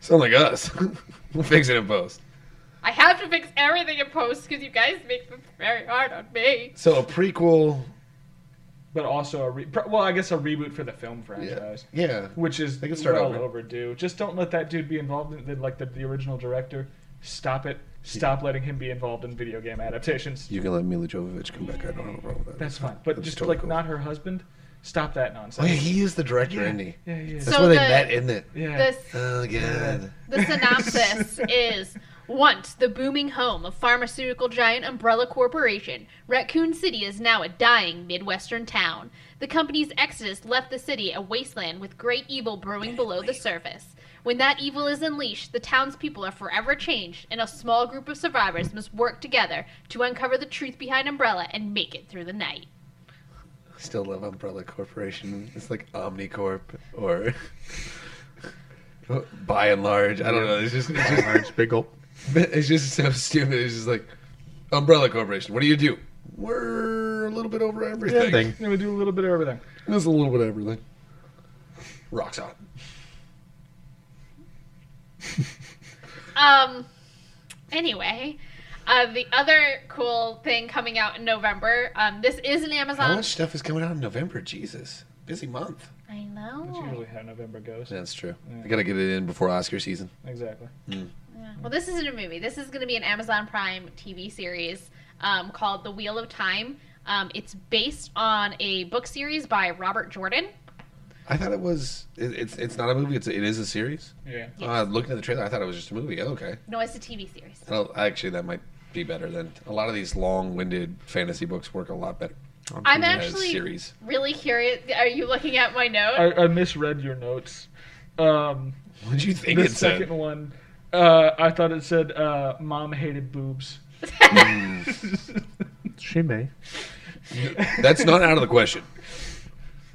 Sound like us. [laughs] we'll fix it in post.
I have to fix everything in post because you guys make them very hard on me.
So a prequel.
But also a re- pro- well, I guess a reboot for the film
Yeah.
franchise,
yeah.
which is
They can start
well
over.
overdue. Just don't let that dude be involved in the, like the, the original director. Stop it. Stop letting him be involved in video game adaptations.
You can let Mila Jovovich come back. I don't have a problem with that.
That's fine. But
That's
just
totally
like
cool.
not her husband. Stop that nonsense.
Oh, yeah, he is the director, isn't he?
Yeah, yeah.
That's
So
where they
the-
met, isn't it?
yeah.
This
Oh god.
The synopsis is once the booming home of pharmaceutical giant Umbrella Corporation, Raccoon City is now a dying Midwestern town. The company's exodus left the city a wasteland with great evil brewing below the surface. When that evil is unleashed, the townspeople are forever changed, and a small group of survivors must work together to uncover the truth behind Umbrella and make it through the night.
Still love Umbrella Corporation. It's like Omnicorp or [laughs] by and large. I don't know. It's just it's just,
Large big gulp.
it's just so stupid. It's just like Umbrella Corporation. What do you do? We're a little bit over everything.
Thing.
I'm gonna do a little bit of everything.
It's a little bit of everything. Rocks on.
Um. Anyway, uh, the other cool thing coming out in November. Um, this is an
[laughs] How
Amazon.
much stuff is coming out in November? Jesus, busy month.
I
That's
know.
usually how November goes.
That's true. I gotta get it in before Oscar season.
Exactly.
Yeah. Well, this isn't a movie. This is going to be an Amazon Prime TV series um, called The Wheel of Time. Um, it's based on a book series by Robert Jordan.
I thought it was. It, it's it's not a movie. It's it is a series.
Yeah.
Uh, looking at the trailer, I thought it was just a movie. Okay.
No, it's a TV series.
Well, actually, that might be better than a lot of these long-winded fantasy books work a lot better
I'm
as
actually
series.
really curious. Are you looking at my note?
I, I misread your notes. Um,
What do you think
the
it said?
second one, uh, I thought it said uh, "Mom hated boobs."
She may.
[laughs] [laughs] That's not out of the question.
[laughs]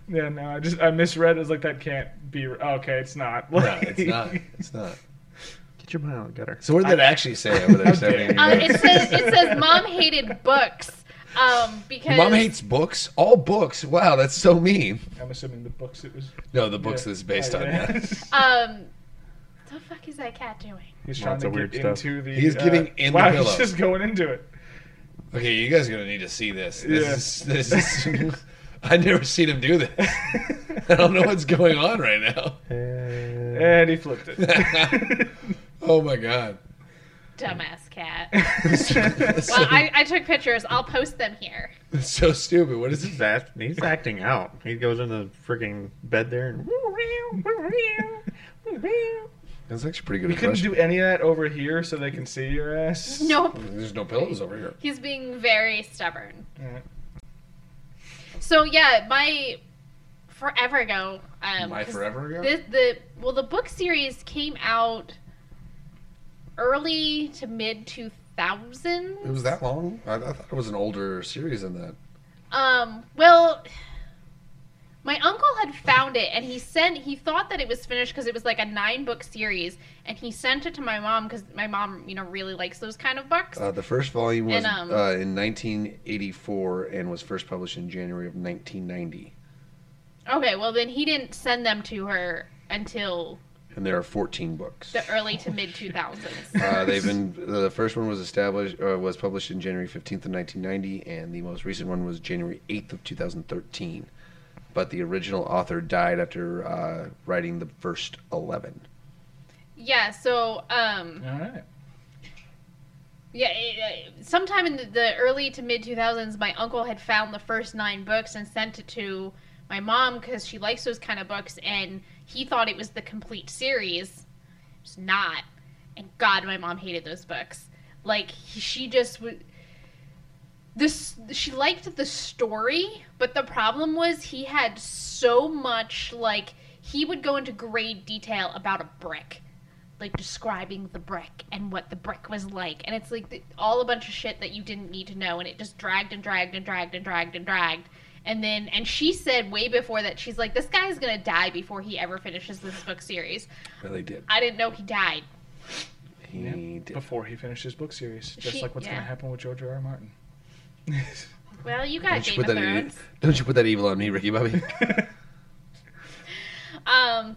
Yeah, no, I just I misread. It was like that can't be. Oh, Okay, it's not.
No, it's not. It's not.
Get your mind out of the gutter.
So what did that actually say over there?
Okay.
[laughs]
Stephanie?
Uh, it
[laughs]
says it says mom hated books um, because
Mom hates books. All books. Wow, that's so mean.
[laughs] I'm assuming the books it was.
No, the books this is based on. Yeah.
[laughs]
um. The fuck is that cat doing?
He's trying
Lots
to
of
get
weird stuff.
into the.
He's getting in the
wow,
pillow.
he's just going into it.
Okay, you guys are gonna need to see this. This is this is. [laughs] I never seen him do this. [laughs] [laughs] I don't know what's going on right now.
[laughs]
Uh,
And he flipped [laughs] it.
[laughs] Oh my god.
Dumbass
[laughs]
cat.
That's so,
Well, I, I took pictures. I'll post them here.
that's so stupid. What is this?
he's, act- he's acting out. He goes in the freaking bed there and.
That's actually pretty good.
we couldn't
impression.
do any of that over here so they can see your ass.
Nope.
There's no pillows over here.
He's being very stubborn.
Yeah.
So yeah, my forever ago. Um,
My
'cause
forever ago.
The, the well, the book series came out early to mid two thousands.
It was that long? I, I thought it was an older series than that.
Um, well, my uncle had found it and he sent, he thought that it was finished because it was like a nine book series and he sent it to my mom because my mom, you know, really likes those kind of books.
Uh, the first volume was
And, um,
uh, in 1984 and was first published in January of 1990.
Okay, well, then he didn't send them to her until
And there are 14 books.
the early to mid 2000s.
Uh, they've been the first one was established uh, was published in January 15th of 1990, and the most recent one was January 8th of 2013. But the original author died after uh, writing the first 11.
Yeah, so, um,
All right.
Yeah, it, uh, sometime in the, the early to mid 2000s, my uncle had found the first nine books and sent it to my mom because she likes those kind of books, and he thought it was the complete series. It's not. And God, my mom hated those books. Like, he, she just would. This she liked the story, but the problem was he had so much like he would go into great detail about a brick like describing the brick and what the brick was like and it's like the, all a bunch of shit that you didn't need to know and it just dragged and dragged and dragged and dragged and dragged and then and she said way before that she's like this guy's gonna die before he ever finishes this book series
Well, they did.
i didn't know he died
He did.
Before he finished his book series, just
She-
like what's
yeah.
going to happen with George R. R.
[laughs]
Martin.
well you got
Don't you,
game
put
of
that e-
thrones
don't you put that evil on me, Ricky Bobby?
um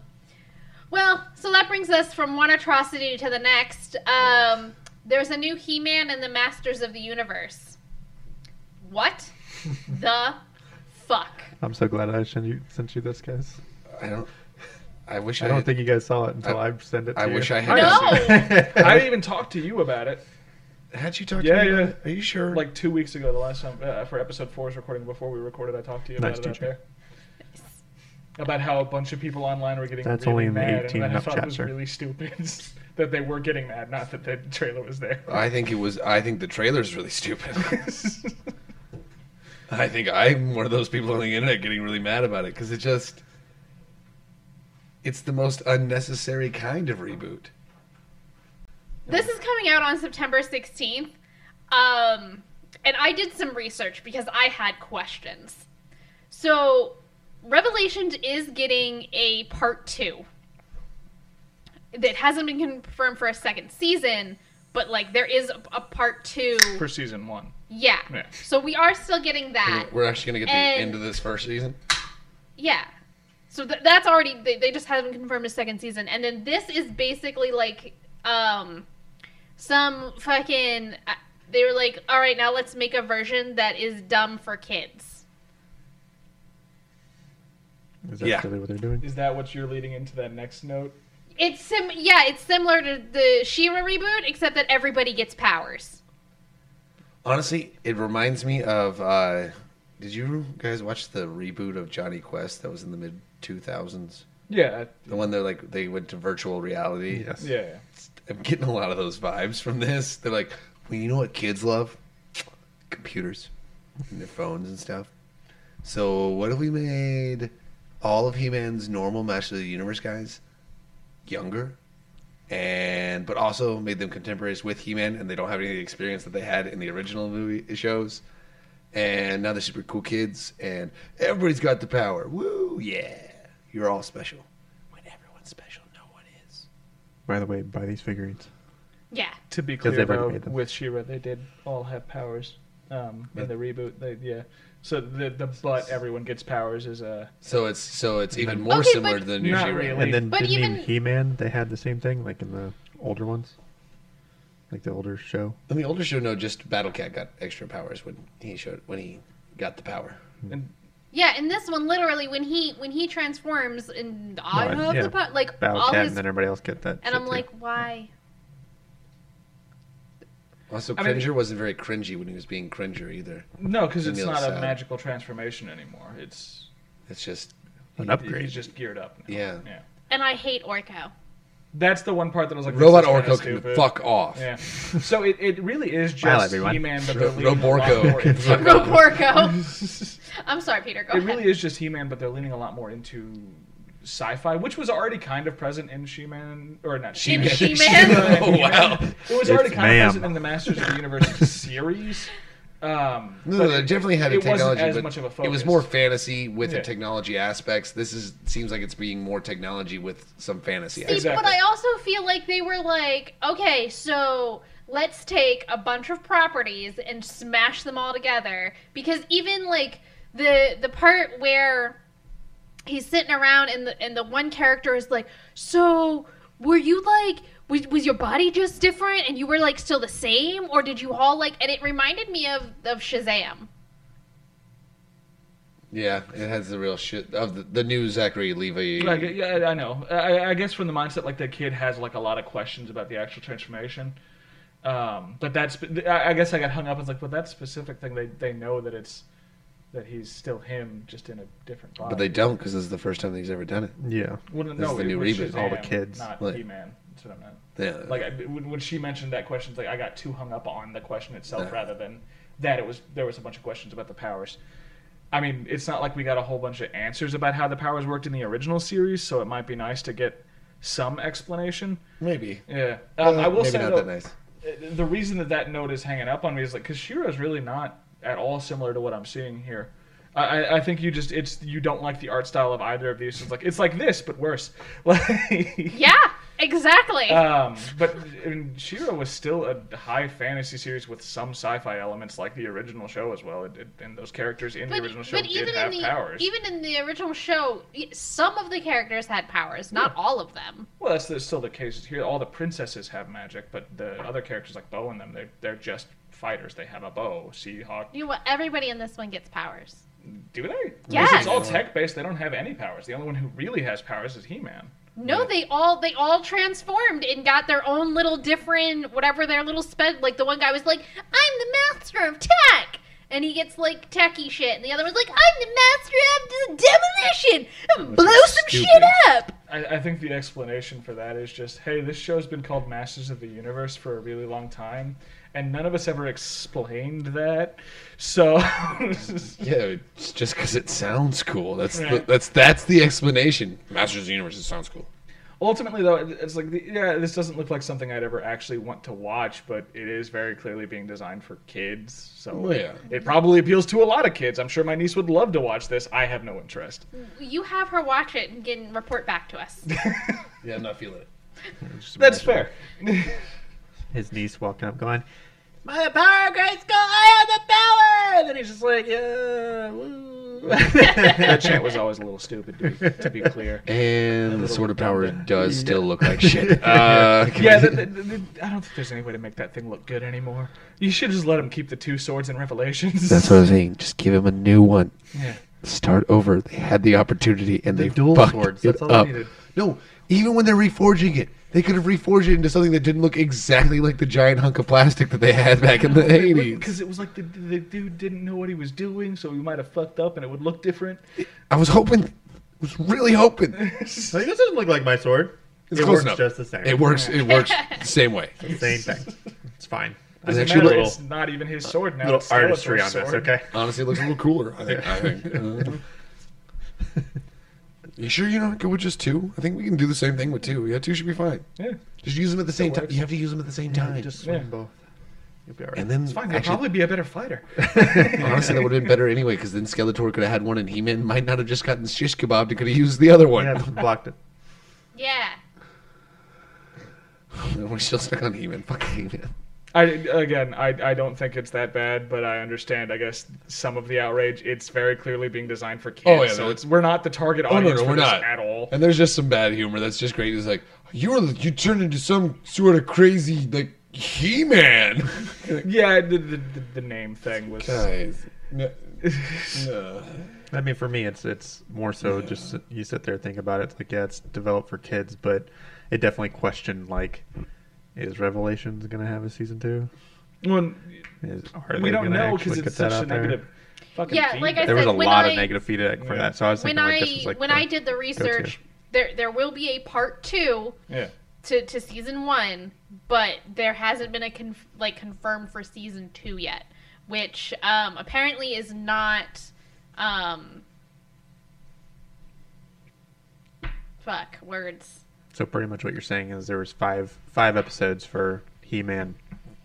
well so that brings us from one atrocity to the next um there's a new he-man and the masters of the universe what the fuck
I'm so glad I sent you sent you this, guys.
I don't. I wish I,
I don't
had-
think you guys saw it until
I-
I, sent it. To
I
you.
wish I had.
[laughs]
No!
I even talked to you about it
Had you talked
Yeah,
to me? about
yeah.
it? Are you sure?
like two weeks ago, the last time uh, for episode four's recording before we recorded. I talked to you about
Nice
it out
teacher.
there. About how a bunch of people online were getting
That's
really
only in the
mad,
18
and I
enough
thought it was
chapter.
really stupid [laughs] that they were getting mad, not that the trailer was there.
I think it was. I think the trailer's really stupid. [laughs] I think I'm one of those people on the internet getting really mad about it because it just. It's the most unnecessary kind of reboot.
This is coming out on September 16th. Um, and I did some research because I had questions. So, Revelations is getting a part two that hasn't been confirmed for a second season, but like there is a, a part two.
[laughs] for season one.
Yeah.
Yeah.
So, we are still getting that.
We're actually going to get the
And-
end of this first season.
Yeah. So th- that's already they, they just haven't confirmed a second season, and then this is basically like um some fucking uh, they were like, all right, now let's make a version that is dumb for kids.
Is that
Yeah.
really what they're doing?
Is that what you're leading into that next note?
It's sim yeah, it's similar to the Shira reboot, except that everybody gets powers.
Honestly, it reminds me of. Uh, did you guys watch the reboot of Johnny Quest that was in the mid 2000s?
Yeah,
The one that like they went to virtual reality.
Yes.
yeah.
I'm getting a lot of those vibes from this. They're like, well, you know what kids love? Computers and their phones and stuff. So what if we made all of He-Man's normal Master of the Universe guys younger, and but also made them contemporaries with He-Man, and they don't have any of the experience that they had in the original movie uh, shows. and now they're super cool kids, and everybody's got the power. Woo, yeah. You're all special. When everyone's special, no one is.
By the way, buy these figurines.
Yeah.
To be
'Cause
clear,
they've already
though,
made them.
with Shira, they did all have powers um, in the reboot. They, yeah. So the the but everyone gets powers is a
So it's so it's even more
Okay,
similar
but-
to the new
Not
She-Ra.
really.
And then
But
didn't even
even-
He-Man they had the same thing like in the older ones, like the older show.
In the older show, no, just Battle Cat got extra powers when he showed when he got the power.
and
Yeah, in this one, literally, when he when he transforms and I
Right,
have
yeah.
the pot, like
Battle
all
Cat,
his,
and then everybody else get that. shit
and I'm
too.
like, why?
Also,
I mean-
Cringer wasn't very cringy when he was being Cringer either.
no, because
And
it's
the
not
other
a
side.
magical transformation anymore. It's
It's just
an
he-
upgrade.
He's just geared up. Now.
Yeah.
Yeah.
And I hate
[laughs]
Orko.
That's the one part that I was like,
Robot
this is kinda
Orko can
stupid.
fuck off. [laughs]
Yeah. So it, it really is
Wow,
just
everyone.
He-Man, but
Ro-
they're leaning a lot
Roborko
more
can
into-
fuck
Rope Orko.
[laughs]
I'm sorry, Peter. Go
It
ahead.
really is just He-Man, but they're leaning a lot more into sci-fi, which was already kind of present in She-Man, or not
In
She-Man.
She-Man.
She-Man.
[laughs] Oh, wow.
It was
It's
already kind
ma'am.
of present in the Masters of the Universe series. Um,
No,
but
no, they
it-
definitely had a
it wasn't
technology,
as
but
much of a
it was
focus.
more fantasy with
Yeah.
the technology aspects. This is seems like it's being more technology with some fantasy.
See,
aspects.
Exactly.
But I also feel like they were like, okay, so let's take a bunch of properties and smash them all together because even like the the part where he's sitting around and the and the one character is like, so were you like was, was your body just different and you were like still the same or did you all like and it reminded me of of Shazam.
Yeah, it has the real shit of the, the new Zachary Levi.
Like, yeah, I- I know. I, I guess from the mindset, like the kid has like a lot of questions about the actual transformation. Um, but that's. I I guess I got hung up. I was like, well, that specific thing, they they know that it's that he's still him, just in a different body.
but they don't because this is the first time that he's ever done it.
yeah,
Well,
This
no,
is the
it
new
was
reboot.
All the
Shazam,
kids,
not
like-
He-Man. That's what I meant.
Yeah,
Like I, when, when she mentioned that question, it's like I got too hung up on the question itself
Yeah.
rather than that it was there was a bunch of questions about the powers. I mean, it's not like we got a whole bunch of answers about how the powers worked in the original series, so it might be nice to get some explanation.
maybe.
Yeah, um, I will
maybe
say
not
though,
that nice.
uh, the reason that that note is hanging up on me is like because Shira's really not at all similar to what I'm seeing here. I, I- I think you just it's you don't like the art style of either of these. It's like it's like this but worse. [laughs] Like,
Yeah, exactly.
um, but I mean, Shira was still a high fantasy series with some sci-fi elements, like the original show as well. It, it, and those characters in the original show did have
in the,
powers.
e, Even in the original show, y- some of the characters had powers, not all of them.
Well, that's, that's still the case here. All the princesses have magic, but the other characters like Bo and them, they're they're just fighters. They have a bow, Seahawk,
You know what? Everybody in this one gets powers.
Do they?
Yes.
Because It's all tech based. They don't have any powers. The only one who really has powers is He Man.
No, they all they all transformed and got their own little different whatever their little sped. Like the one guy was like, "I'm the master of tech," and he gets like techie shit, and the other was like, "I'm the master of de- demolition. and Blow some shit
stupid.
up."
I, I think the explanation for that is just hey, this show's been called Masters of the Universe for a really long time, and none of us ever explained that. So. [laughs]
Yeah, it's just because it sounds cool. That's
Yeah.
the, that's that's the explanation. Masters of the Universe it sounds cool.
Ultimately, though, it- it's like, the, yeah, this doesn't look like something I'd ever actually want to watch, but it is very clearly being designed for kids. So
Oh, yeah.
it probably appeals to a lot of kids. I'm sure my niece would love to watch this. I have no interest.
You have her watch it and get report back to
[laughs]
us.
Yeah, I'm not feeling it.
Just
That's
imagine
fair. [laughs]
His niece walking up, going, "My power, great skull, I have the power!" And then he's just like, "Yeah, woo."
that chant was always a little stupid, to be, to be clear.
And the Sword of Power does still look like shit. Uh,
Yeah, the, the, the, the- I don't think there's any way to make that thing look good anymore. You should just let him keep the two swords in Revelations.
that's what I'm saying. Just give him a new one.
[laughs] yeah.
Start over. They had the opportunity and
The
they
dual
fucked
swords,
it
that's all they
up.
needed.
No, even when they're reforging it, they could have reforged it into something that didn't look exactly like the giant hunk of plastic that they had back in the '80s.
Because it was like the, the dude didn't know what he was doing, so he might have fucked up and it would look [laughs] different.
I was hoping, was really hoping.
like, this doesn't look like my sword. it works just the same.
It works. It works the same way.
Same thing. It's fine.
It's
Doesn't
actually
matter,
a
it's
little,
not even his sword now.
little
it's Skeletor's
artistry on this,
sword.
okay?
[laughs] honestly, it looks a little cooler. I think. I think. Uh, [laughs] you sure you're not good with just two? I think we can do the same thing with two. Yeah, two should be fine.
Yeah.
Just use them at the same time.
works.
You have to use them at the same time.
Just
swing
both. You'll be all right.
And then
It's fine. You'll
actually,
probably be a better fighter.
honestly, that would have been better anyway because then Skeletor could have had one, and He-Man might not have just gotten shish kebabbed. He could have used the other one.
yeah, just blocked it.
Yeah.
[laughs] We're still stuck on He-Man. Fuck He-Man.
I again, I I don't think it's that bad, but I understand. I guess some of the outrage. It's very clearly being designed for kids.
Oh, yeah, no,
so
it's-
it's, we're not the target
Oh, no,
audience
no,
for
we're
this
not.
at all.
And there's just some bad humor that's just great. It's like you were you turned into some sort of crazy like He-Man. [laughs]
Yeah, the the, the, the name thing was.
Guys, no, no.
[laughs] I mean, for me, it's it's more so just you sit there and think about it. It's like, yeah, it's developed for kids, but it definitely questioned like, is Revelations going to have a season two?
Well,
Is, are
we
they
don't
gonna
know
actually
because it's
put
such
that
a
out there?
negative. Fucking
Yeah, like I
feedback.
There was a
said, when
lot
I-
of negative feedback for
Yeah.
that, so I was
When
thinking like, this
I
was like
when
the-
I did the research, there there will be a part two
Yeah.
to, to season one, but there hasn't been a conf- like confirmed for season two yet, which um, apparently is not. Um, fuck words.
So pretty much what you're saying is there was five five episodes for He-Man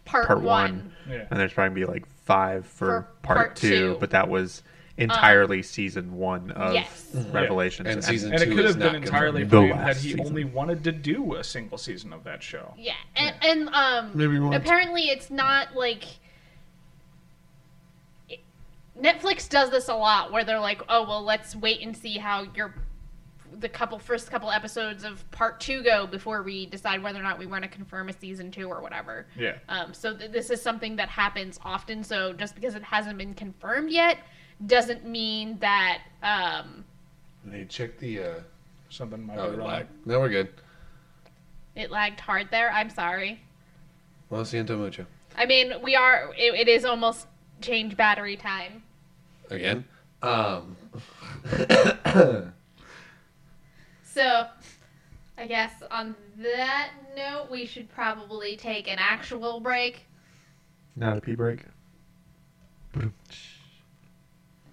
Part,
Part
one.
one.
Yeah.
and there's probably gonna be like five for,
For
part,
part
two, Um,
two.
but that was entirely season one of
Yes.
Revelations.
And season
And it
Two
could
is
have
not
been entirely
confirmed.
for
The
him that
last
he
season.
only wanted to do a single season of that show.
Yeah, and and um,
Maybe once.
apparently it's not like it- Netflix does this a lot, where they're like, "Oh well, let's wait and see how your the couple first couple episodes of part two go before we decide whether or not we want to confirm a season two or whatever."
Yeah.
Um, so th- this is something that happens often. So just because it hasn't been confirmed yet doesn't mean that. Um,
Hey, check the. Uh,
Something might
oh,
be
it
wrong.
lagged. No, we're good.
it lagged hard there. I'm sorry.
Lo siento mucho.
I mean, we are. It, it is almost change battery time.
Again. Um, [coughs]
So, I guess on that note, we should probably take an actual break.
Not a pee break.
no,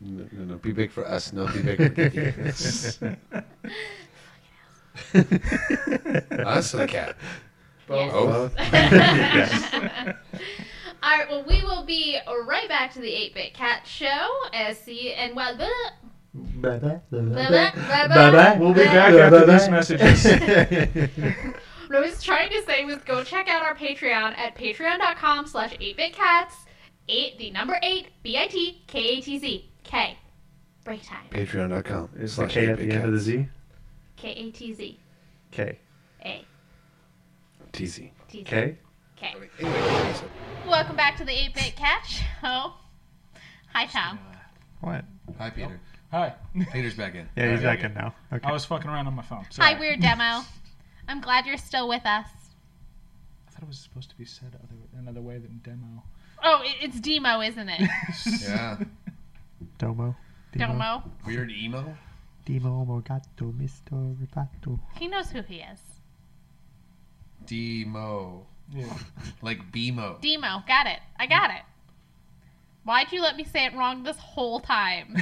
no, no, be big for us. No, be
[laughs]
big for Kiki. us or the
Yes.
cat? [laughs] Both.
[laughs] All right. Well, we will be right back to the 8-Bit Cat Show. As see and uh, well, blah, blah, blah, blah, blah,
We'll be back after these
[laughs]
messages.
What I was trying to say was go check out our Patreon at patreon.com slash 8bitcats, 8, the number 8, B-I-T-K-A-T-Z, K. Break time.
Patreon.com.
Is the K at the end of the Z?
K-A-T-Z,
K.
A,
TZ.
T-Z,
K.
K.
Anyway, so-
Welcome back to the 8-Bit Cat Show. Hi, Tom.
What?
Hi, Peter.
Hi. [laughs]
Peter's back in.
Yeah, he's
Alright,
back
okay.
in now. Okay.
I was fucking around on my phone. Sorry.
Hi, Weird Demo. I'm glad you're still with us.
I thought it was supposed to be said other, another way than demo.
Oh, it- it's Demo, isn't it?
[laughs]
Yeah.
Domo.
[laughs] Demo.
Weird emo.
Demo Mogato Mr. Roboto.
He knows who he is.
Demo.
[laughs]
Yeah.
Like BMO.
Demo. Got it. I got it. Why'd you let me say it wrong this whole [laughs] time?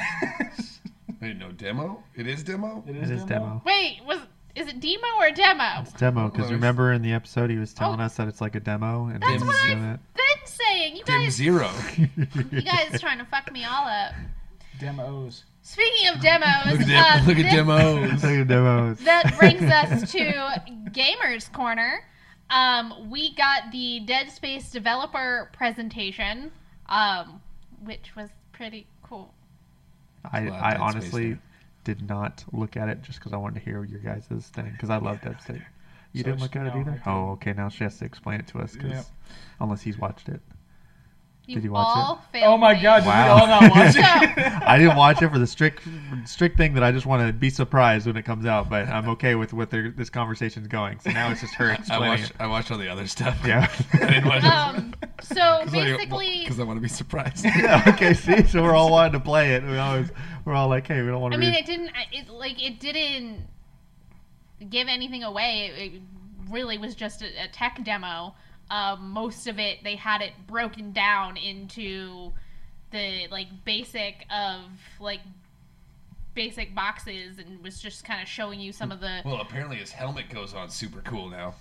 Wait, no, demo? It is demo?
It is demo.
Wait, was is it demo or demo?
It's demo
Well,
because
it's-
remember in the episode he was telling
Oh.
us that it's like a demo and
That's
he
what
was
I've
doing it.
been saying. You
Dim
guys,
zero.
[laughs] you guys, trying to fuck me all [laughs] up.
Demos.
Speaking of demos,
Look at,
uh,
dem- look at
this-
[laughs] It's
demos.
[laughs] like a
[laughs]
demo.
That brings us to Gamers Corner. Um, we got the Dead Space developer presentation, um, which was pretty cool.
I,
Well, Dead
I
Space
honestly
there.
did not look at it just because I wanted to hear your guys' thing because I love Dead State.
So
You didn't look
she-
at it
no, I
either?
didn't.
Oh, okay. Now she has to explain it to us 'cause-
Yep.
unless he's watched it.
You
Did you watch
all failed
Oh my
me.
god, did we all not
[laughs]
[laughs] watch it?
I didn't watch it for the strict strict thing that I just want to be surprised when it comes out, but I'm okay with what they're- this conversation's going. So now it's just her
I
explaining
watched,
it.
I watched all the other stuff. [laughs]
Yeah.
I didn't watch
Um,
[laughs]
so basically,
Because I want to be surprised.
Yeah, [laughs] okay, see, so we're all wanting to play it. We always, we're all like, hey, we don't want
I
to
mean,
be.
it didn't. I- It like it didn't give anything away. It, it really was just a, a tech demo. Um, most of it, they had it broken down into the like basic of like basic boxes, and was just kind of showing you some of the.
well, apparently his helmet goes on super cool now.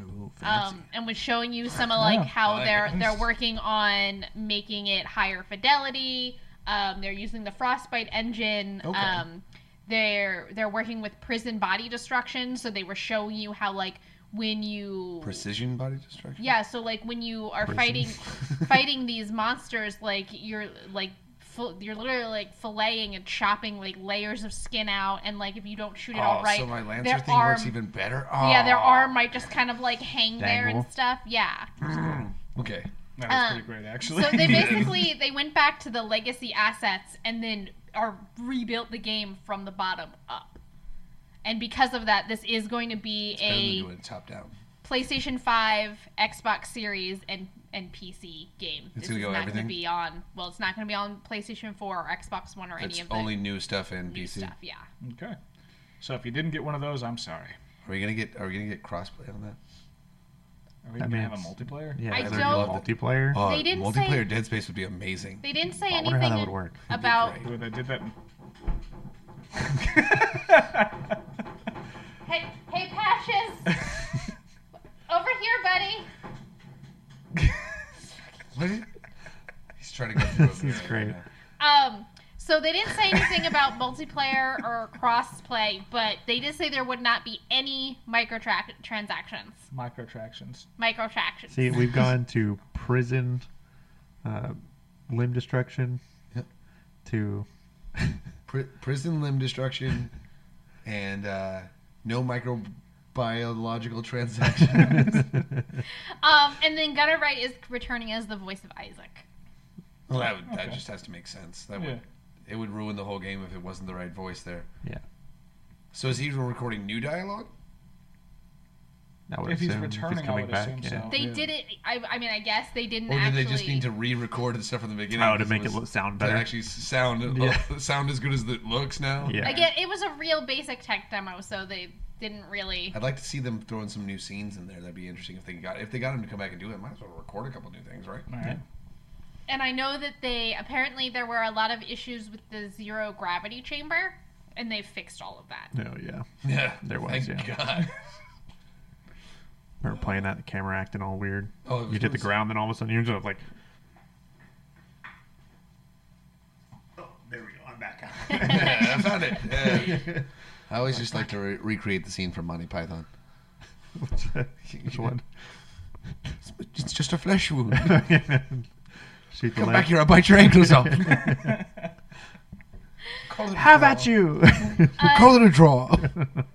Ooh, fancy.
um, and was showing you some of like how
Nice.
they're they're working on making it higher fidelity. Um, they're using the frostbite engine.
Okay.
Um, they're they're working with prison body destruction, so they were showing you how like when you
Precision body destruction.
yeah, so like when you are
[laughs]
fighting fighting these monsters, like you're like fil- you're literally like filleting and chopping like layers of skin out, and like if you don't shoot it all
oh,
right,
so my Lancer
their
thing
arm
works even better.
yeah, their
Aw.
arm might just kind of like hang there and
Dangle.
stuff. Yeah.
Okay.
That was
Um,
pretty great,
So
actually.
they basically they went back to the legacy assets and then are rebuilt the game from the bottom up. And because of that, this is going to be
Better than
a
doing it top down.
PlayStation 5, Xbox Series, and and PC game. this
It's gonna
is
go
not
everything?
going to be on. Well, it's not going to be on PlayStation 4 or Xbox One or any
It's
of the
only new stuff in
new
PC.
stuff. Yeah.
[laughs] okay. So if you didn't get one of those, I'm sorry.
Are we gonna get? Are we gonna get crossplay on that?
Are we
That
gonna have a
means-
multiplayer?
Yeah,
I
is there
don't-
multiplayer.
Oh,
They didn't say-
multiplayer Dead Space would
[laughs]
be amazing.
They didn't say
I wonder
anything
how that would work.
about
Ooh, they
[laughs]
did that. in-
Hey, hey, Patches! Over here, buddy!
What? is- He's trying to go [laughs] through.
This is great.
Um, so they didn't say anything about multiplayer or crossplay, but they did say there would not be any microtransactions.
Microtractions.
Microtransactions.
[laughs]
See, we've gone to prison, uh, limb destruction,
Yep. [laughs]
to
Pri- prison limb destruction, and uh, no microbiological [laughs] transactions.
Um, and then Gunnar Wright is returning as the voice of Isaac.
well, that would, that just has to make sense. That would
Yeah.
it would ruin the whole game if it wasn't the right voice there.
yeah.
So is he even recording new dialogue?
I would
If he's
assume,
returning, I
coming
would
back,
assume
yeah.
so.
They
Yeah.
did it. I, I mean, I guess they didn't
Or did
actually.
they just need to re-record the stuff from the beginning?
Oh, to
because
make it
was-
look sound
to
better.
actually sound uh,
Yeah.
[laughs] sound as good as it looks now.
Yeah.
Again, it was a real basic tech demo, so they didn't really.
I'd like to see them throwing some new scenes in there. That'd be interesting if they got if they got him to come back and do it. Might as well record a couple new things, right?
All right.
And I know that they apparently there were a lot of issues with the zero gravity chamber, and they fixed all of that.
No, yeah.
Yeah,
There was,
Thank
yeah.
God. [laughs]
Remember playing that, the camera acting all weird.
Oh, it was-
you did
it
the
was-
ground, then all of a sudden you're just like. Oh, there we go. I'm back.
Yeah, I found it. Yeah. [laughs] I always just like to re- recreate the scene from Monty Python.
which, which one?
[laughs] It's just a flesh wound.
[laughs] Shoot the
Come
leg.
back here, I'll bite your ankles [laughs] off. Call it a
Uh,
draw.
How about
[laughs]
you?
Call it a draw.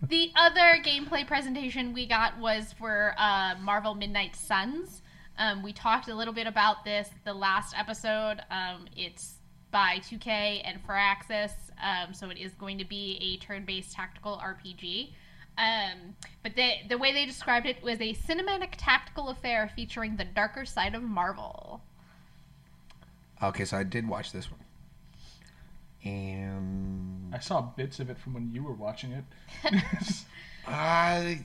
The other gameplay presentation we got was for uh, Marvel Midnight Suns. Um, we talked a little bit about this the last episode. Um, it's by 2K and Firaxis, um, so it is going to be a turn-based tactical RPG. Um, but they, the way they described it was a cinematic tactical affair featuring the darker side of Marvel.
[laughs] okay, so I did watch this one, and
I saw bits of it from when you were watching it.
I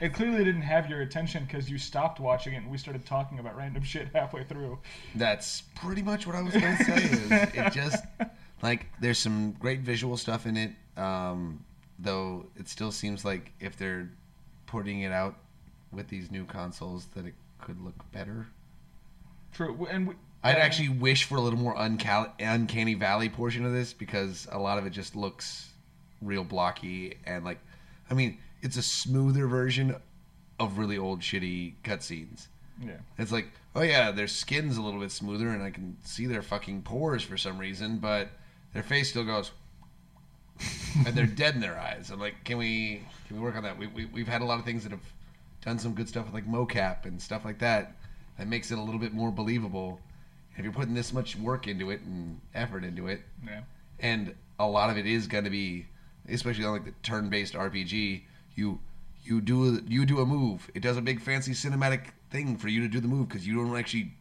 It clearly didn't have your attention because you stopped watching it and we started talking about random [laughs] shit halfway through.
That's pretty much what I was going to say. Is it just like there's some great visual stuff in it, um, though it still seems like if they're putting it out with these new consoles, that it could look better.
True. And we,
I'd
uh,
actually wish for a little more uncal- uncanny valley portion of this because a lot of it just looks real blocky and like, I mean, it's a smoother version of really old shitty cutscenes.
Yeah.
It's like, oh yeah, their skin's a little bit smoother, and I can see their fucking pores for some reason, but their face still goes, [laughs] and they're dead in their eyes. I'm like, can we can we work on that? We, we we've had a lot of things that have done some good stuff with like mocap and stuff like that. That makes it a little bit more believable. If you're putting this much work into it and effort into it,
Yeah.
and a lot of it is going to be especially on like the turn-based RPG you you do a, you do a move it does a big fancy cinematic thing for you to do the move because you don't actually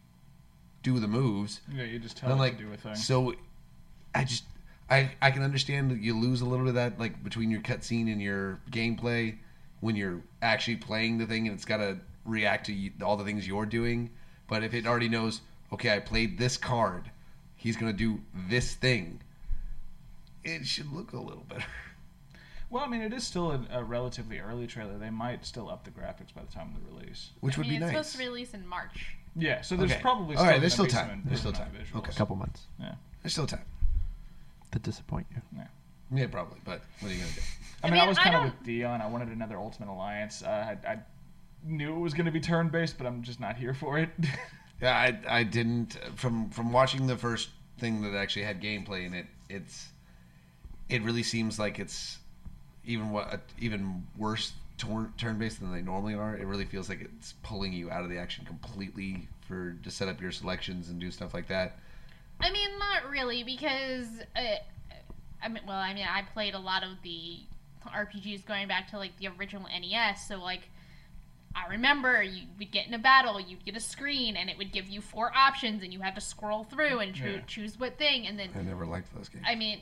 do the moves
Yeah, you just tell
and I'm
them
like
to do a thing.
so I just I I can understand that you lose a little bit of that like between your cutscene and your gameplay when you're actually playing the thing and it's got to react to you, all the things you're doing but if it already knows okay I played this card he's going to do this thing it should look a little better.
Well, I mean, it is still a, a relatively early trailer. They might still up the graphics by the time of the release.
[laughs]
I
Which would
mean,
be
it's
nice.
supposed to release in March.
Yeah, so there's
Okay.
probably
All
still
right, there's
gonna
still
be
time.
some
There's still
improvement
time.
on
Okay.
A
visuals.
couple months
Yeah.
There's still time.
to disappoint you.
Yeah, probably. But what are you gonna do?
I mean, I,
mean,
was
I
kind of
don't-
with Dion. I wanted another Ultimate Alliance. Uh, I, I knew it was going to be turn based, but I'm just not here for it. [laughs]
Yeah, I I didn't from from watching the first thing that actually had gameplay in it. It's it really seems like it's even what uh, even worse tor- turn based than they normally are. It really feels like it's pulling you out of the action completely for to set up your selections and do stuff like that.
I mean, not really, because uh, I mean, well, I mean, I played a lot of the RPGs going back to like the original NES, so like. I remember you would get in a battle, you'd get a screen, and it would give you four options, and you had to scroll through and choo-
Yeah.
choose what thing, and then
I never liked those games.
I mean,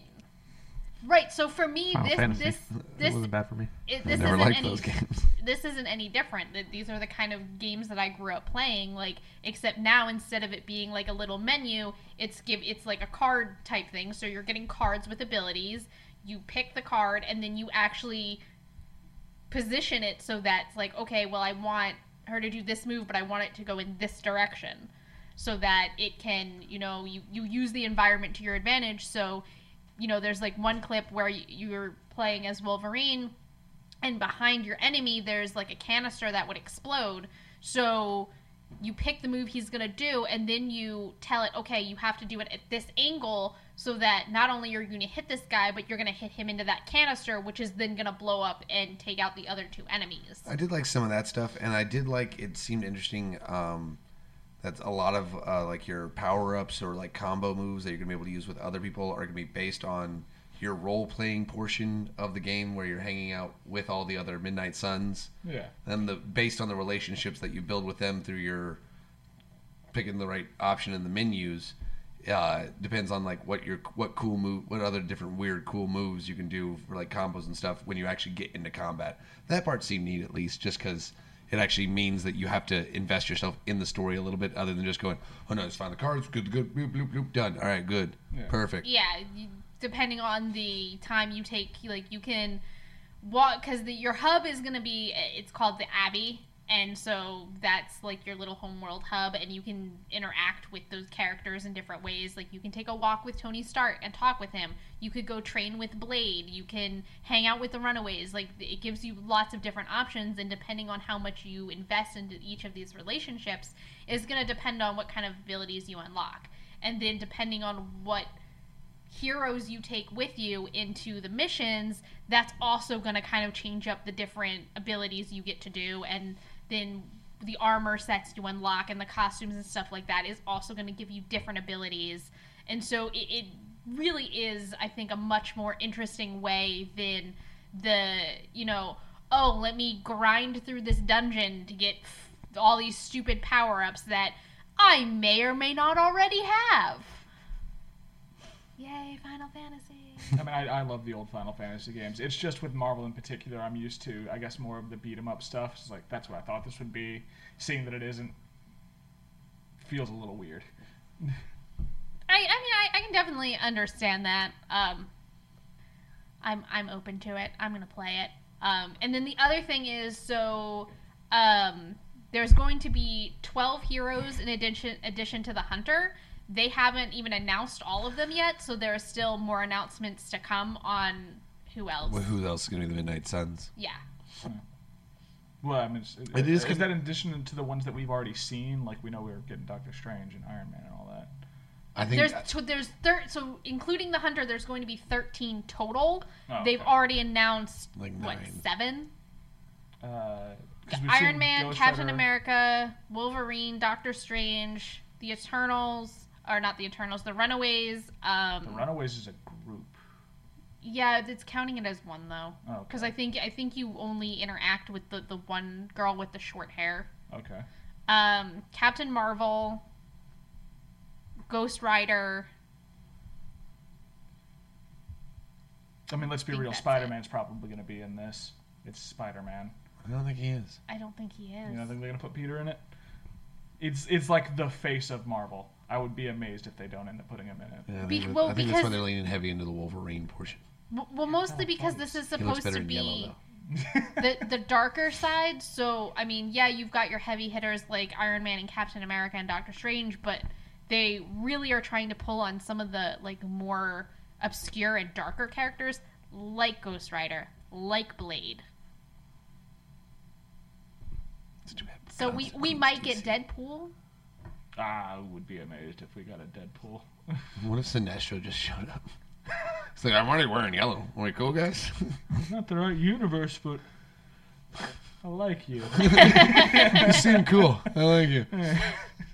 right. So for me,
Final
this
Fantasy.
this
it
this
wasn't bad for me.
it,
I
this
never
isn't
liked
any
those games.
[laughs] this isn't any different. That these are the kind of games that I grew up playing. Like except now, instead of it being like a little menu, it's give it's like a card type thing. So you're getting cards with abilities. You pick the card, and then you actually position it so that's like okay, well, I want her to do this move, but I want it to go in this direction, so that it can you know you you use the environment to your advantage. So you know, there's like one clip where y- you're playing as Wolverine, and behind your enemy, there's like a canister that would explode. So you pick the move he's going to do, and then you tell it, okay, you have to do it at this angle so that not only are you going to hit this guy, but you're going to hit him into that canister, which is then going to blow up and take out the other two enemies.
I did like some of that stuff, and I did like it seemed interesting. Um, that a lot of uh, like your power ups or like combo moves that you're gonna be able to use with other people are gonna be based on your role playing portion of the game, where you're hanging out with all the other Midnight Suns,
yeah.
and the based on the relationships that you build with them through your picking the right option in the menus. Uh, depends on like what your what cool move, what other different weird cool moves you can do for like combos and stuff when you actually get into combat. That part seemed neat at least, just because it actually means that you have to invest yourself in the story a little bit, other than just going, oh no, just find the cards, good, good, bloop, bloop, bloop, done. All right, good, perfect.
yeah you, depending on the time you take like you can walk because your hub is going to be eh, it's called the abbey and so that's like your little homeworld hub and you can interact with those characters in different ways like you can take a walk with tony stark and talk with him you could go train with blade you can hang out with the runaways like it gives you lots of different options and depending on how much you invest into each of these relationships is going to depend on what kind of abilities you unlock and then depending on what heroes you take with you into the missions, that's also going to kind of change up the different abilities you get to do. And then the armor sets you unlock and the costumes and stuff like that is also going to give you different abilities. And so it, it really is, I think, a much more interesting way than the, you know, oh, let me grind through this dungeon to get f- all these stupid power ups that I may or may not already have. Yay, Final Fantasy.
I mean, I, I love the old Final Fantasy games. It's just with Marvel in particular, I'm used to, I guess, more of the beat 'em up stuff. It's like, that's what I thought this would be. Seeing that it isn't feels a little weird.
I, I mean, I, I can definitely understand that. Um, I'm, I'm open to it. I'm going to play it. Um, and then the other thing is so um, there's going to be 12 heroes in addition, addition to the Hunter. They haven't even announced all of them yet, so there are still more announcements to come on who else.
Well, who else is gonna be the Midnight Suns?
Yeah.
Well, I mean, it's,
It is
is
con-
that in addition to the ones that we've already seen? Like, we know we were getting Doctor Strange and Iron Man and all that.
I think
There's tw there's thir- so including the hunter, there's going to be 13 total.
Oh,
They've
okay.
already announced
Like
what
nine.
seven.
Uh, 'cause we've
Iron
seen
Man,
Ghost
Captain
Rider.
America, Wolverine, Doctor Strange, the Eternals, or not the Eternals, the Runaways. Um,
The Runaways is a group.
yeah, it's counting it as one though,
Oh,
because I think I think you only interact with the the one girl with the short hair.
Okay.
Um, Captain Marvel, Ghost Rider.
I mean, let's be
think
real.
that's it.
Spider Man's probably going to be in this. It's Spider Man.
I don't think he is.
I don't think he is.
You know, they're going to put Peter in it. It's it's like the face of Marvel. I would be amazed if they don't end up putting him in it.
Yeah, I
Be-
think, that-
well,
I think that's why
because-
they're leaning heavy into the Wolverine portion.
W- Well, mostly because this is
He looks
supposed
better
to
in
be
yellow
the the darker side. So I mean, yeah, you've got your heavy hitters like Iron Man and Captain America and Doctor Strange, but they really are trying to pull on some of the like more obscure and darker characters, like Ghost Rider, like Blade.
though. Too bad.
So we we might get Deadpool.
Ah, I would be amazed if we got a Deadpool.
What if Sinestro just showed [laughs] up? It's like I'm already wearing yellow. Are we cool, guys?
Not the right universe, but I like
[laughs]
you.
[laughs] you seem cool. I like you. [laughs]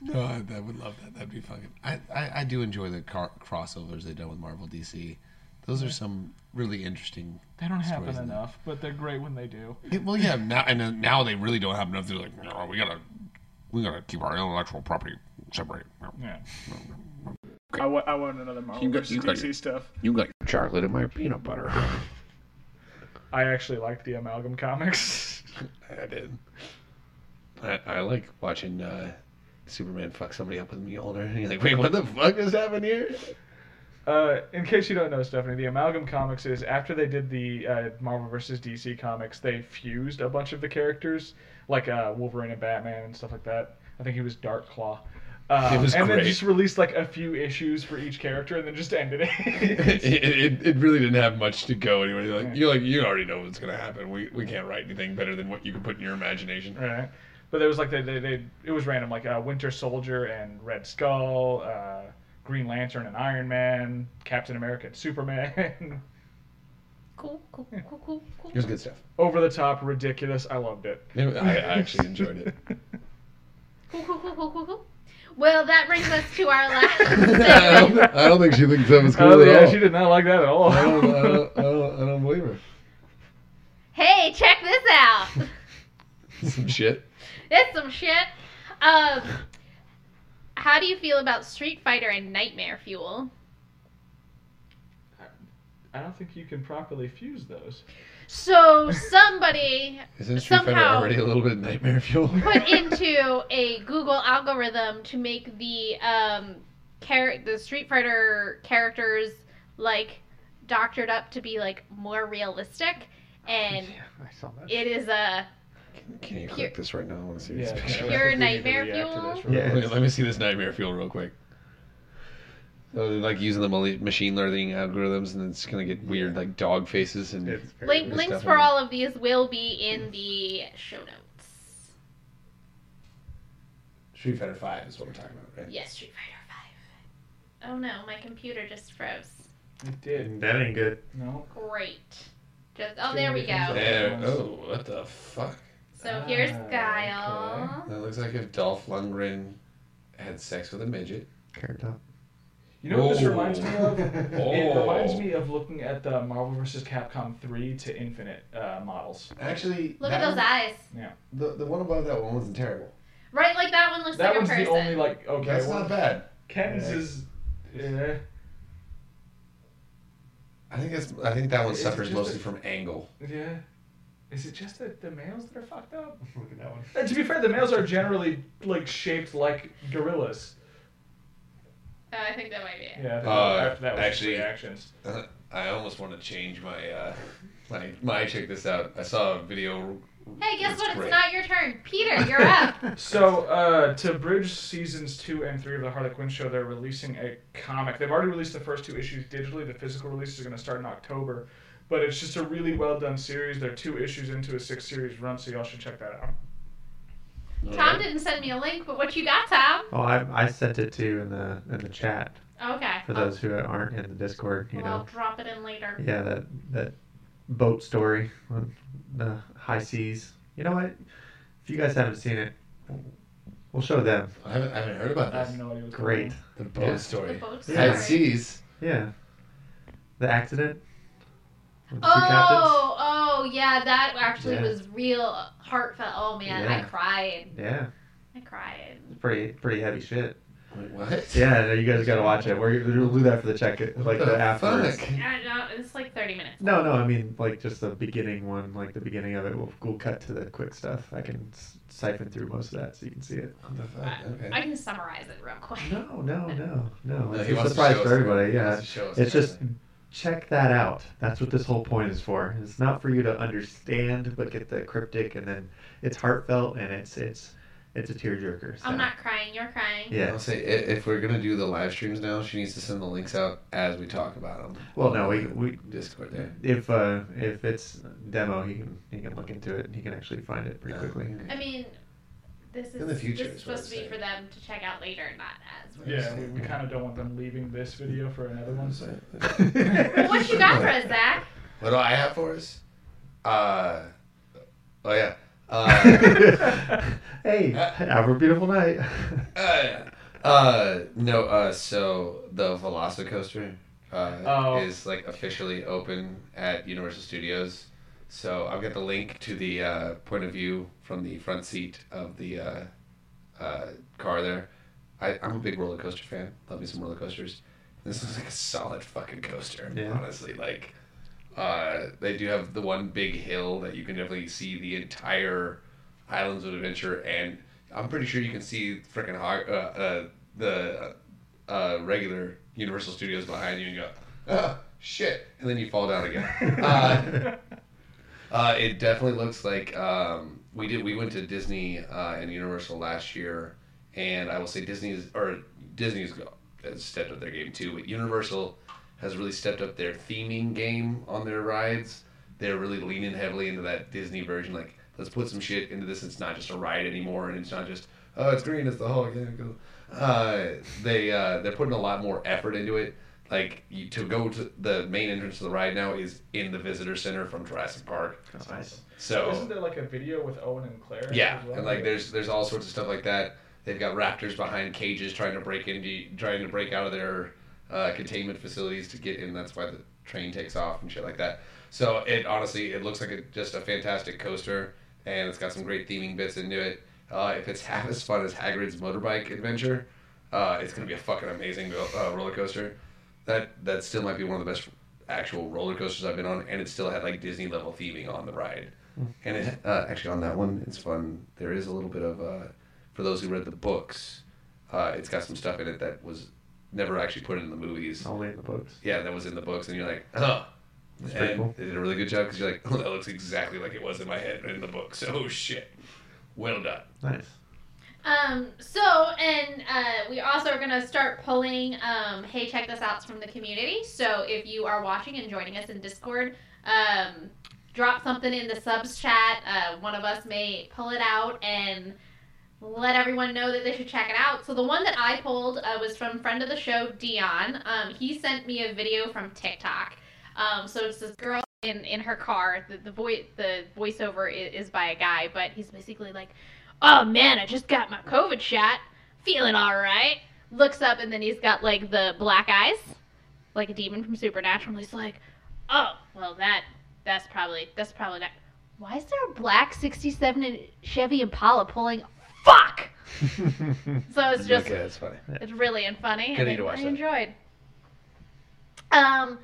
No, I, I would love that. That'd be fucking. I, I, I do enjoy the car- crossovers they've done with Marvel DC. Those are some really interesting.
They don't happen
Stories in there.
enough, but they're great when they do.
Yeah, Well, yeah, now and then now they really don't have enough. They're like, no, we gotta, we gotta keep our intellectual property separate.
Yeah. I wa- I want another Marvel
You got-
versus
you got
DC stuff.
You got chocolate in my peanut butter.
I actually like the Amalgam comics. [laughs]
I did. I, I like watching uh, Superman fuck somebody up with a mjolnir, and [laughs] you're like, wait, what the fuck just happened here?
Uh, in case you don't know, Stephanie, the Amalgam comics is after they did the uh, Marvel versus DC comics, they fused a bunch of the characters, like uh, Wolverine and Batman and stuff like that. I think he was Dark Claw. Uh,
It was
and
great.
then just released like a few issues for each character, and then just ended it. [laughs]
it, it, it really didn't have much to go anywhere. You're like, you like, you already know what's gonna happen. We, we can't write anything better than what you can put in your imagination.
Right. But there was like they, they, they it was random like uh, Winter Soldier and Red Skull, uh, Green Lantern and Iron Man, Captain America and Superman. [laughs]
Cool, cool, cool, cool, cool.
It was good stuff.
Over the top, ridiculous. I loved it.
I, I [laughs] actually enjoyed it.
Cool, cool, cool, cool, cool, cool. Well, that brings us to our last
[laughs] I,
segment.
don't, I don't think she thinks that was cool
[laughs]
Uh,
Oh
at
yeah,
all.
she did not like that at all.
I,
[laughs]
don't, I, don't, I, don't, I don't believe her.
Hey, check this out.
[laughs] Some shit.
That's some shit. Um, how do you feel about Street Fighter and Nightmare Fuel?
I don't think you can properly fuse those.
[laughs]
So somebody
Isn't Street Fighter
Somehow-
already a little bit nightmare fuel?
[laughs]
put into a Google algorithm to make the um char- the Street Fighter characters like doctored up to be like more realistic,
[laughs]
and
I saw that.
it is a
Can you click this right now? I want to see this
Yeah,
picture.
Pure
I think we need to
nightmare
react to this
fuel?
real
Yeah.
quick.
Wait, [laughs] let me see this nightmare fuel real quick. So they're like using the mali- machine learning algorithms, and it's gonna get weird, like dog faces and
It's very
link,
weird.
links
stuff
for
on-
all of these will be in the show notes.
Street Fighter Five is what we're talking about, right?
Yes, Street Fighter Five. Oh no, my computer just froze.
It did.
That ain't good.
No.
Great. Just, oh, there we go.
There. Oh, what the fuck?
So here's
Ah, okay.
Guile.
That looks like if Dolph Lundgren had sex with a midget.
Carrot top.
You know what this
Whoa.
reminds me
[laughs]
of? It
Oh.
reminds me of looking at the Marvel vs. Capcom 3 to Infinite uh, models.
Actually,
Look at those eyes.
the the one above that one wasn't terrible.
Right, like that one looks
That
like
one's
a person.
the only like okay.
That's
well,
not bad.
Ken's is. Yeah.
I think that's. I think that one
Is it
suffers
just a-
mostly from angle.
Yeah. Is it just the, the males that are fucked up?
[laughs] Look at that one.
And to be fair, the males are generally like shaped like gorillas.
Oh, I think that might be it.
Yeah.
Uh,
after that was just
actually-
reactions.
Uh, I almost want to change my uh, my my check this out. I saw a video.
Hey, guess
That's
what?
great.
It's not your turn. Peter, you're
[laughs]
up.
So uh, to bridge seasons two and three of the Harley Quinn show, they're releasing a comic. They've already released the first two issues digitally. The physical release is going to start in October, but it's just a really well done series. They're two issues into a six series run, so y'all should check that out.
Tom didn't send me a link, but what you got, Tom?
Oh, I, I sent it to you in the in the chat
Okay.
for those who aren't in the Discord. You
well, I'll
know,
drop it in later.
yeah, that that boat story on the high seas. You know what? If you guys haven't seen it, we'll show them.
I haven't, I haven't heard about
I have
this.
no idea. What's
Great.
The boat
Yeah.
The
story.
boat's
Yeah.
At seas.
Yeah. The accident. With the two captains.
Oh, oh, yeah, that actually
Yeah.
was real heartfelt. Oh, man, I
Yeah.
cried.
Yeah,
I cried.
it's pretty pretty heavy shit.
Wait, what?
Yeah, you guys gotta watch it. We're we'll do that for the check it like
What
the afterwards.
fuck?
I know, it's like 30 minutes.
No, no, I mean like just the beginning one, like the beginning of it. We'll, we'll cut to the quick stuff. I can s- siphon through most of that so you can see it.
What the fuck? Okay.
I can summarize it real quick.
No, no, no, no.
[laughs] No,
It's
he
a
wants to
surprise
show us
for
the-
everybody.
he wants
Yeah,
to show us
it's
the-
just check that out. That's what this whole point is for. It's not for you to understand, but get the cryptic, and then it's heartfelt and it's it's it's a tearjerker. So.
I'm not crying. You're crying.
Yeah.
I'll say i- if we're gonna do the live streams now, she needs to send the links out as we talk about them.
Well, no, we we
Discord there.
if uh if it's demo, he can he can look into it and he can actually find it pretty quickly.
I mean, this is,
In the future
this is
is what I'm
supposed to be
saying.
for them to check out later, not as.
[laughs]
we're-
Yeah, we, we kind of don't want them leaving this video for another one.
[laughs]
[laughs]
What you got for us, Zach?
What do I have for us? Uh, oh yeah. Uh,
Hey, have a beautiful night.
uh, uh, no. Uh, so the Velocicoaster uh,
Oh.
is like officially open at Universal Studios. So I've got the link to the uh, point of view from the front seat of the uh, uh, car there. I, I'm a big roller coaster fan. Love me some roller coasters. This is like a solid fucking coaster.
Yeah.
Honestly, like uh, they do have the one big hill that you can definitely see the entire Islands of Adventure, and I'm pretty sure you can see freaking Hog- uh, uh, the uh, regular Universal Studios behind you, and you go, oh, shit, and then you fall down again. uh, uh, it definitely looks like um, we did. We went to Disney uh, and Universal last year, and I will say Disney's or Disney's has stepped up their game too, but Universal has really stepped up their theming game on their rides. They're really leaning heavily into that Disney version. Like, let's put some shit into this. It's not just a ride anymore, and it's not just oh, it's green, it's the Hulk. Yeah, cool. Uh, they uh, they're putting a lot more effort into it. Like you, to go to the main entrance of the ride now is in the visitor center from Jurassic Park.
That's nice.
So
Isn't there like a video with Owen and Claire?
yeah,
as well?
and like there's there's all sorts of stuff like that. They've got raptors behind cages trying to break into trying to break out of their uh, containment facilities to get in. That's why the train takes off and shit like that. So it honestly it looks like a, just a fantastic coaster, and it's got some great theming bits into it. Uh, if it's [laughs] half as fun as Hagrid's motorbike adventure, uh, it's gonna be a fucking amazing uh, roller coaster. That that still might be one of the best actual roller coasters I've been on, and it still had like Disney level theming on the ride. And it, uh, actually, on that one, it's fun. There is a little bit of, uh, for those who read the books, uh, it's got some stuff in it that was never actually put in the movies.
Only in the books.
Yeah, that was in the books, and you're like, oh.
That's pretty
And
cool.
they did a really good job because you're like, oh, that looks exactly like it was in my head in the book. So, [laughs] oh, shit. Well done.
Nice.
Um, so, and uh, we also are going to start pulling, um, hey, check this out from the community. So if you are watching and joining us in Discord, um, drop something in the subs chat. Uh, one of us may pull it out and let everyone know that they should check it out. So the one that I pulled uh, was from friend of the show, Dion. Um, he sent me a video from TikTok. Um, so it's this girl in, in her car. The, the, voice the voiceover is, is by a guy, but he's basically like, oh man, I just got my COVID shot. Feeling all right. Looks up and then he's got like the black eyes, like a demon from Supernatural. He's like, oh, well that that's probably that's probably not. Why is there a black '67 and Chevy Impala pulling? Fuck. so it's just
okay, that's funny.
it's really and funny.
Gonna
and
need to watch
I
that.
enjoyed. Um,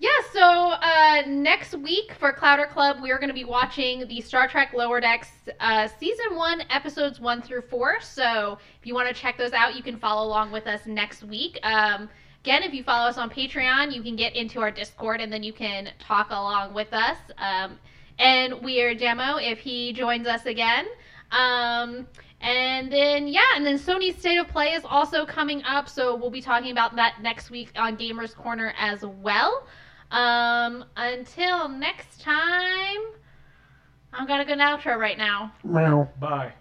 yeah. So uh, next week for Clouder Club, we are going to be watching the Star Trek Lower Decks uh, season one, episodes one through four. So if you want to check those out, you can follow along with us next week. Um, again, if you follow us on Patreon, you can get into our Discord and then you can talk along with us. Um, and we are demo if he joins us again. Um, and then yeah, and then Sony's State of Play is also coming up, so we'll be talking about that next week on Gamers Corner as well. Um, until next time, I'm gonna go an outro right now.
Bye.